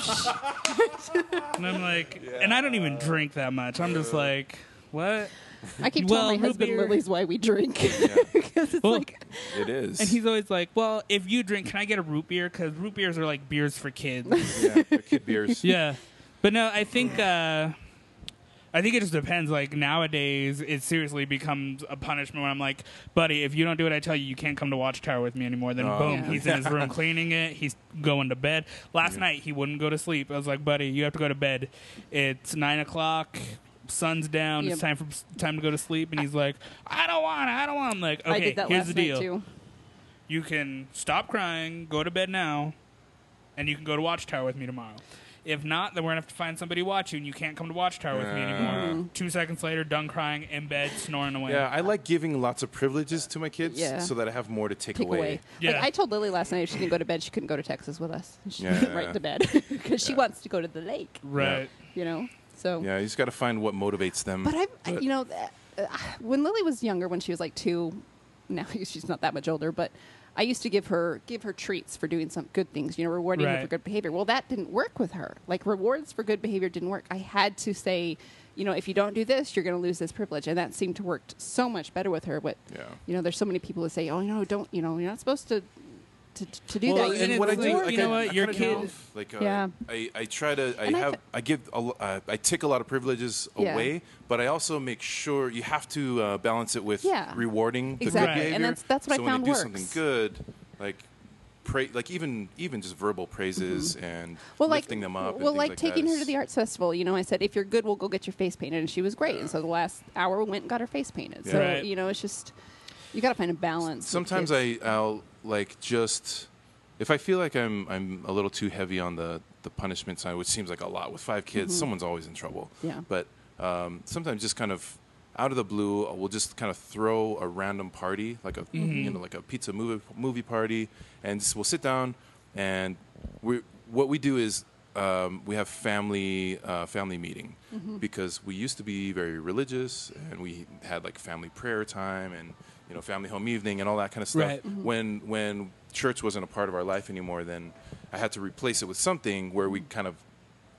Speaker 4: And I'm
Speaker 5: <laughs>
Speaker 4: like, and I don't even drink that much. I'm just like, what?
Speaker 2: I keep
Speaker 4: Well,
Speaker 2: telling my
Speaker 4: root
Speaker 2: husband
Speaker 4: beer.
Speaker 2: Lily's why we drink. <laughs> Because it's
Speaker 4: Well,
Speaker 2: like,
Speaker 5: It is.
Speaker 4: and he's always like, "Well, if you drink, can I get a root beer? Because root beers are like beers for kids."
Speaker 5: yeah, they're kid
Speaker 4: <laughs>
Speaker 5: beers.
Speaker 4: yeah but no i think uh i think it just depends like nowadays it seriously becomes a punishment when i'm like buddy if you don't do what i tell you you can't come to watchtower with me anymore then
Speaker 5: Oh.
Speaker 4: boom
Speaker 2: Yeah.
Speaker 4: he's in his room cleaning it he's going to bed last night he wouldn't go to sleep i was like buddy you have to go to bed it's nine o'clock sun's down
Speaker 2: Yep.
Speaker 4: it's time for time to go to sleep and he's like i don't want to i don't want to i'm like okay
Speaker 2: I did that
Speaker 4: here's
Speaker 2: last
Speaker 4: the deal
Speaker 2: night too.
Speaker 4: you can stop crying, go to bed now, and you can go to Watchtower with me tomorrow. If not, then we're gonna have to find somebody to watch you, and you can't come to Watchtower with me anymore.
Speaker 2: Mm-hmm.
Speaker 4: Two seconds later, done crying, in bed, snoring away.
Speaker 5: Yeah, I like giving lots of privileges to my kids
Speaker 2: Yeah.
Speaker 5: so that I have more to take,
Speaker 2: Take away.
Speaker 4: Yeah.
Speaker 2: Like, I told Lily last night if she didn't go to bed, she couldn't go to Texas with us. She
Speaker 5: Yeah, yeah, yeah.
Speaker 2: right to bed <laughs> because she wants to go to the lake,
Speaker 4: Right.
Speaker 2: you know? So.
Speaker 5: Yeah, you just got to find what motivates them.
Speaker 2: But I, I you know, th- uh, when Lily was younger, when she was like two, <laughs> now she's not that much older, but I used to give her give her treats for doing some good things, you know, rewarding her
Speaker 4: Right.
Speaker 2: for good behavior. Well, that didn't work with her. Like rewards for good behavior didn't work. I had to say, you know, if you don't do this, you're going to lose this privilege, and that seemed to work so much better with her. But
Speaker 5: Yeah.
Speaker 2: you know, there's so many people who say, oh, you know, don't, you know, you're not supposed to to, to do
Speaker 4: Well, and
Speaker 2: that. You
Speaker 4: it's
Speaker 2: know,
Speaker 4: what I do-
Speaker 2: reward-
Speaker 4: like, you know
Speaker 5: I-
Speaker 4: what,
Speaker 5: I
Speaker 4: your
Speaker 5: kinda
Speaker 4: kid-
Speaker 5: do. Like, uh,
Speaker 2: Yeah.
Speaker 5: I, I try to. I
Speaker 2: And I
Speaker 5: have.
Speaker 2: th-
Speaker 5: I give. A, l- uh, I take a lot of privileges
Speaker 2: Yeah.
Speaker 5: away, but I also make sure you have to uh, balance it with
Speaker 2: Yeah.
Speaker 5: rewarding the
Speaker 2: Exactly.
Speaker 5: good
Speaker 4: Right.
Speaker 5: behavior.
Speaker 2: And that's- that's what I
Speaker 5: so
Speaker 2: found
Speaker 5: when they
Speaker 2: works.
Speaker 5: do something good, like. Pra- like even even just verbal praises and lifting them up. and
Speaker 2: Mm-hmm. Well,
Speaker 5: things
Speaker 2: like,
Speaker 5: like that
Speaker 2: taking her
Speaker 5: is-
Speaker 2: to the arts festival. You know, I said if you're good, we'll go get your face painted, and she was great. And so the last hour we went and got her face painted. So
Speaker 4: Right.
Speaker 2: you know, it's just you got to find a balance. with
Speaker 5: sometimes
Speaker 2: kids.
Speaker 5: I, I'll like just if I feel like I'm I'm a little too heavy on the the punishment side, which seems like a lot with five kids, someone's always in trouble.
Speaker 2: Mm-hmm. Yeah.
Speaker 5: But um, sometimes just kind of out of the blue, we'll just kind of throw a random party, like a you know like a pizza movie movie party, and just, we'll sit down and we what we do is. Um, we have family uh, family meeting because we used to be very religious and we had like family prayer time and you know family home evening and all that kind of stuff
Speaker 4: Right.
Speaker 5: when when church wasn't a part of our life anymore, then I had to replace it with something where we kind of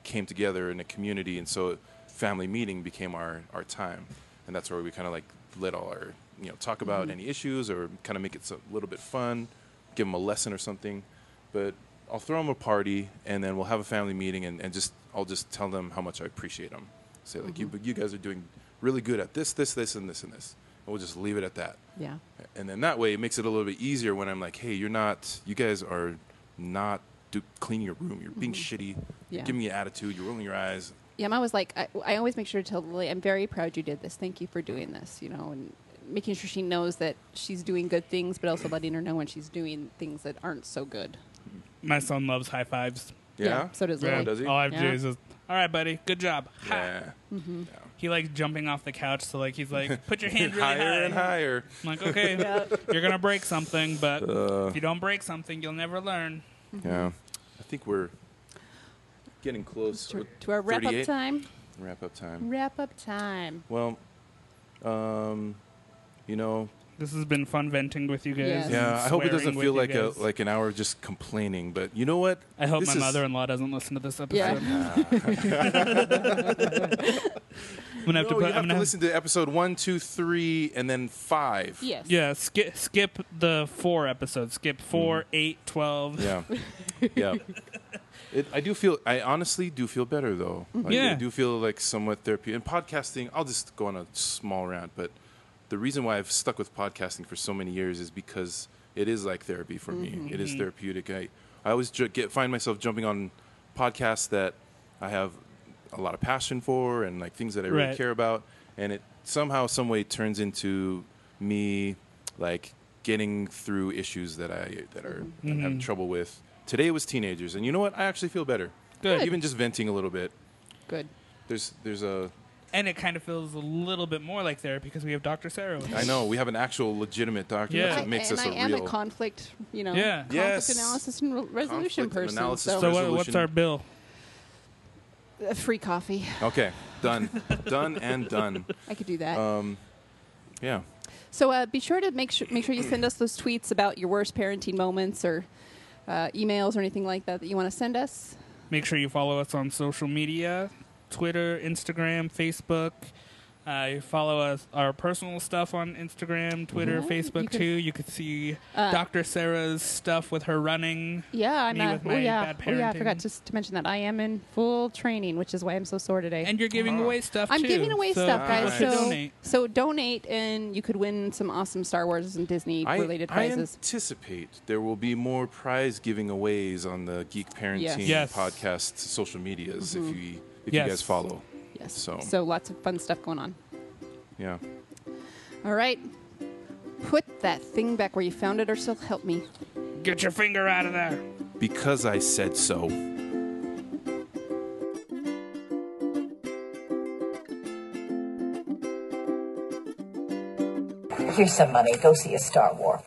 Speaker 5: came together in a community, and so family meeting became our our time, and that's where we kind of like let all our you know talk about any issues or kind of make it a little bit fun, give them a lesson or something, but. I'll throw them a party, and then we'll have a family meeting, and, and just I'll just tell them how much I appreciate them. Say like you, you guys are doing really good at this, this, this, and this, and this, and we'll just leave it at that
Speaker 2: yeah.
Speaker 5: and then that way it makes it a little bit easier when I'm like, hey, you're not, you guys are not do, cleaning your room. You're being shitty.
Speaker 2: Mm-hmm. Yeah.
Speaker 5: You're giving me an attitude. You're rolling your eyes.
Speaker 2: Yeah, I was like, I, I always make sure to tell Lily, I'm very proud you did this. Thank you for doing this, you know, and making sure she knows that she's doing good things, but also letting her know when she's doing things that aren't so good.
Speaker 4: My son loves high fives.
Speaker 5: Yeah.
Speaker 2: so does
Speaker 5: Yeah,
Speaker 2: Lily.
Speaker 5: does he?
Speaker 4: All Oh, I have to do
Speaker 2: Yeah.
Speaker 4: is, just, all right, buddy, good job. Ha. <laughs>
Speaker 5: Yeah.
Speaker 2: Mm-hmm.
Speaker 4: He likes jumping off the couch, so like he's like,
Speaker 5: <laughs>
Speaker 4: put your hand really
Speaker 5: higher
Speaker 4: high.
Speaker 5: and higher.
Speaker 4: I'm like,
Speaker 2: <laughs>
Speaker 4: okay, you're gonna break something, but
Speaker 5: Uh.
Speaker 4: if you don't break something, you'll never learn.
Speaker 2: Mm-hmm.
Speaker 5: Yeah. I think we're getting close
Speaker 2: To, to our wrap up
Speaker 5: 38?
Speaker 2: time.
Speaker 5: Wrap up time.
Speaker 2: Wrap up time.
Speaker 5: Well, um, you know,
Speaker 4: This has been fun venting with you guys.
Speaker 2: Yes.
Speaker 4: and
Speaker 5: Yeah, I hope it
Speaker 4: swearing
Speaker 5: doesn't
Speaker 4: with
Speaker 5: feel
Speaker 4: you
Speaker 5: like a
Speaker 4: guys.
Speaker 5: like an hour of just complaining. But you know what?
Speaker 4: I hope
Speaker 5: This
Speaker 4: my
Speaker 5: is-
Speaker 4: mother-in-law doesn't listen to this episode.
Speaker 2: Yeah. <laughs>
Speaker 4: I'm gonna have
Speaker 5: No,
Speaker 4: to put.
Speaker 5: you
Speaker 4: I'm
Speaker 5: have
Speaker 4: gonna
Speaker 5: to
Speaker 4: have-
Speaker 5: listen to episode one, two, three, and then five.
Speaker 2: Yes.
Speaker 4: yeah, skip skip the four episodes. Skip four, eight, twelve.
Speaker 5: Mm. Yeah, yeah. It, I do feel. I honestly do feel better though. Like,
Speaker 4: Yeah.
Speaker 5: I do feel like somewhat therapy and podcasting. I'll just go on a small rant, but the reason why I've stuck with podcasting for so many years is because it is like therapy for me. It is therapeutic. I I always ju- get find myself jumping on podcasts that I have a lot of passion for and like things that I really
Speaker 4: Right.
Speaker 5: care about, and it somehow some way turns into me like getting through issues that I that are that I'm
Speaker 4: Mm-hmm.
Speaker 5: having trouble with. Today was teenagers, and you know what? I actually feel better.
Speaker 4: Good.
Speaker 5: Even just venting a little bit.
Speaker 2: Good.
Speaker 5: There's there's a
Speaker 4: And it kind of feels a little bit more like therapy because we have Dr. Sarah. With
Speaker 5: I
Speaker 4: us.
Speaker 5: know we have an actual legitimate doctor.
Speaker 4: Yeah.
Speaker 5: That's
Speaker 4: I-
Speaker 5: what makes
Speaker 2: and
Speaker 5: us
Speaker 2: I
Speaker 5: a
Speaker 2: am
Speaker 5: real
Speaker 2: a conflict, you know,
Speaker 4: Yeah.
Speaker 2: conflict
Speaker 5: Yes.
Speaker 2: analysis and re- resolution
Speaker 5: Conflict
Speaker 2: person.
Speaker 5: analysis
Speaker 2: so
Speaker 4: So what, what's
Speaker 5: Resolution.
Speaker 4: our bill?
Speaker 2: Uh, free coffee,
Speaker 5: okay.
Speaker 2: <laughs>
Speaker 5: Done, done, and done. Um,
Speaker 2: I could do
Speaker 5: Uh,
Speaker 2: that.
Speaker 5: Yeah.
Speaker 2: So uh, be sure to make sure make sure you send us those tweets about your worst parenting moments or uh, emails or anything like that that you want to send us.
Speaker 4: Make sure you follow us on social media Twitter, Instagram, Facebook. Uh, you follow us our personal stuff on Instagram, Twitter,
Speaker 2: Yeah,
Speaker 4: Facebook
Speaker 2: you can-
Speaker 4: too. You can see
Speaker 2: Uh,
Speaker 4: Dr. Sarah's stuff with her running.
Speaker 2: Yeah, I'm
Speaker 4: Me
Speaker 2: uh,
Speaker 4: with
Speaker 2: oh
Speaker 4: my
Speaker 2: yeah,
Speaker 4: bad
Speaker 2: oh yeah. I
Speaker 4: parenting.
Speaker 2: forgot just to mention that I am in full training, which is why I'm so sore today.
Speaker 4: And you're giving away stuff
Speaker 2: I'm
Speaker 4: too.
Speaker 2: giving away
Speaker 4: So
Speaker 2: stuff,
Speaker 4: people
Speaker 2: guys.
Speaker 4: should
Speaker 2: So
Speaker 4: donate.
Speaker 2: so donate, and you could win some awesome Star Wars and Disney
Speaker 5: I,
Speaker 2: related
Speaker 5: I
Speaker 2: prizes.
Speaker 5: anticipate there will be more prize giving aways on the Geek Parenting
Speaker 2: Yes.
Speaker 4: Yes.
Speaker 5: podcast social medias
Speaker 2: Mm-hmm.
Speaker 5: if you if
Speaker 4: Yes.
Speaker 5: you guys follow.
Speaker 2: yes.
Speaker 5: so-
Speaker 2: so lots of fun stuff going on.
Speaker 5: Yeah.
Speaker 2: All right. Put that thing back where you found it, or so help me.
Speaker 4: Get your finger out of there.
Speaker 5: Because I said so.
Speaker 8: Here's some money. Go see a Star War.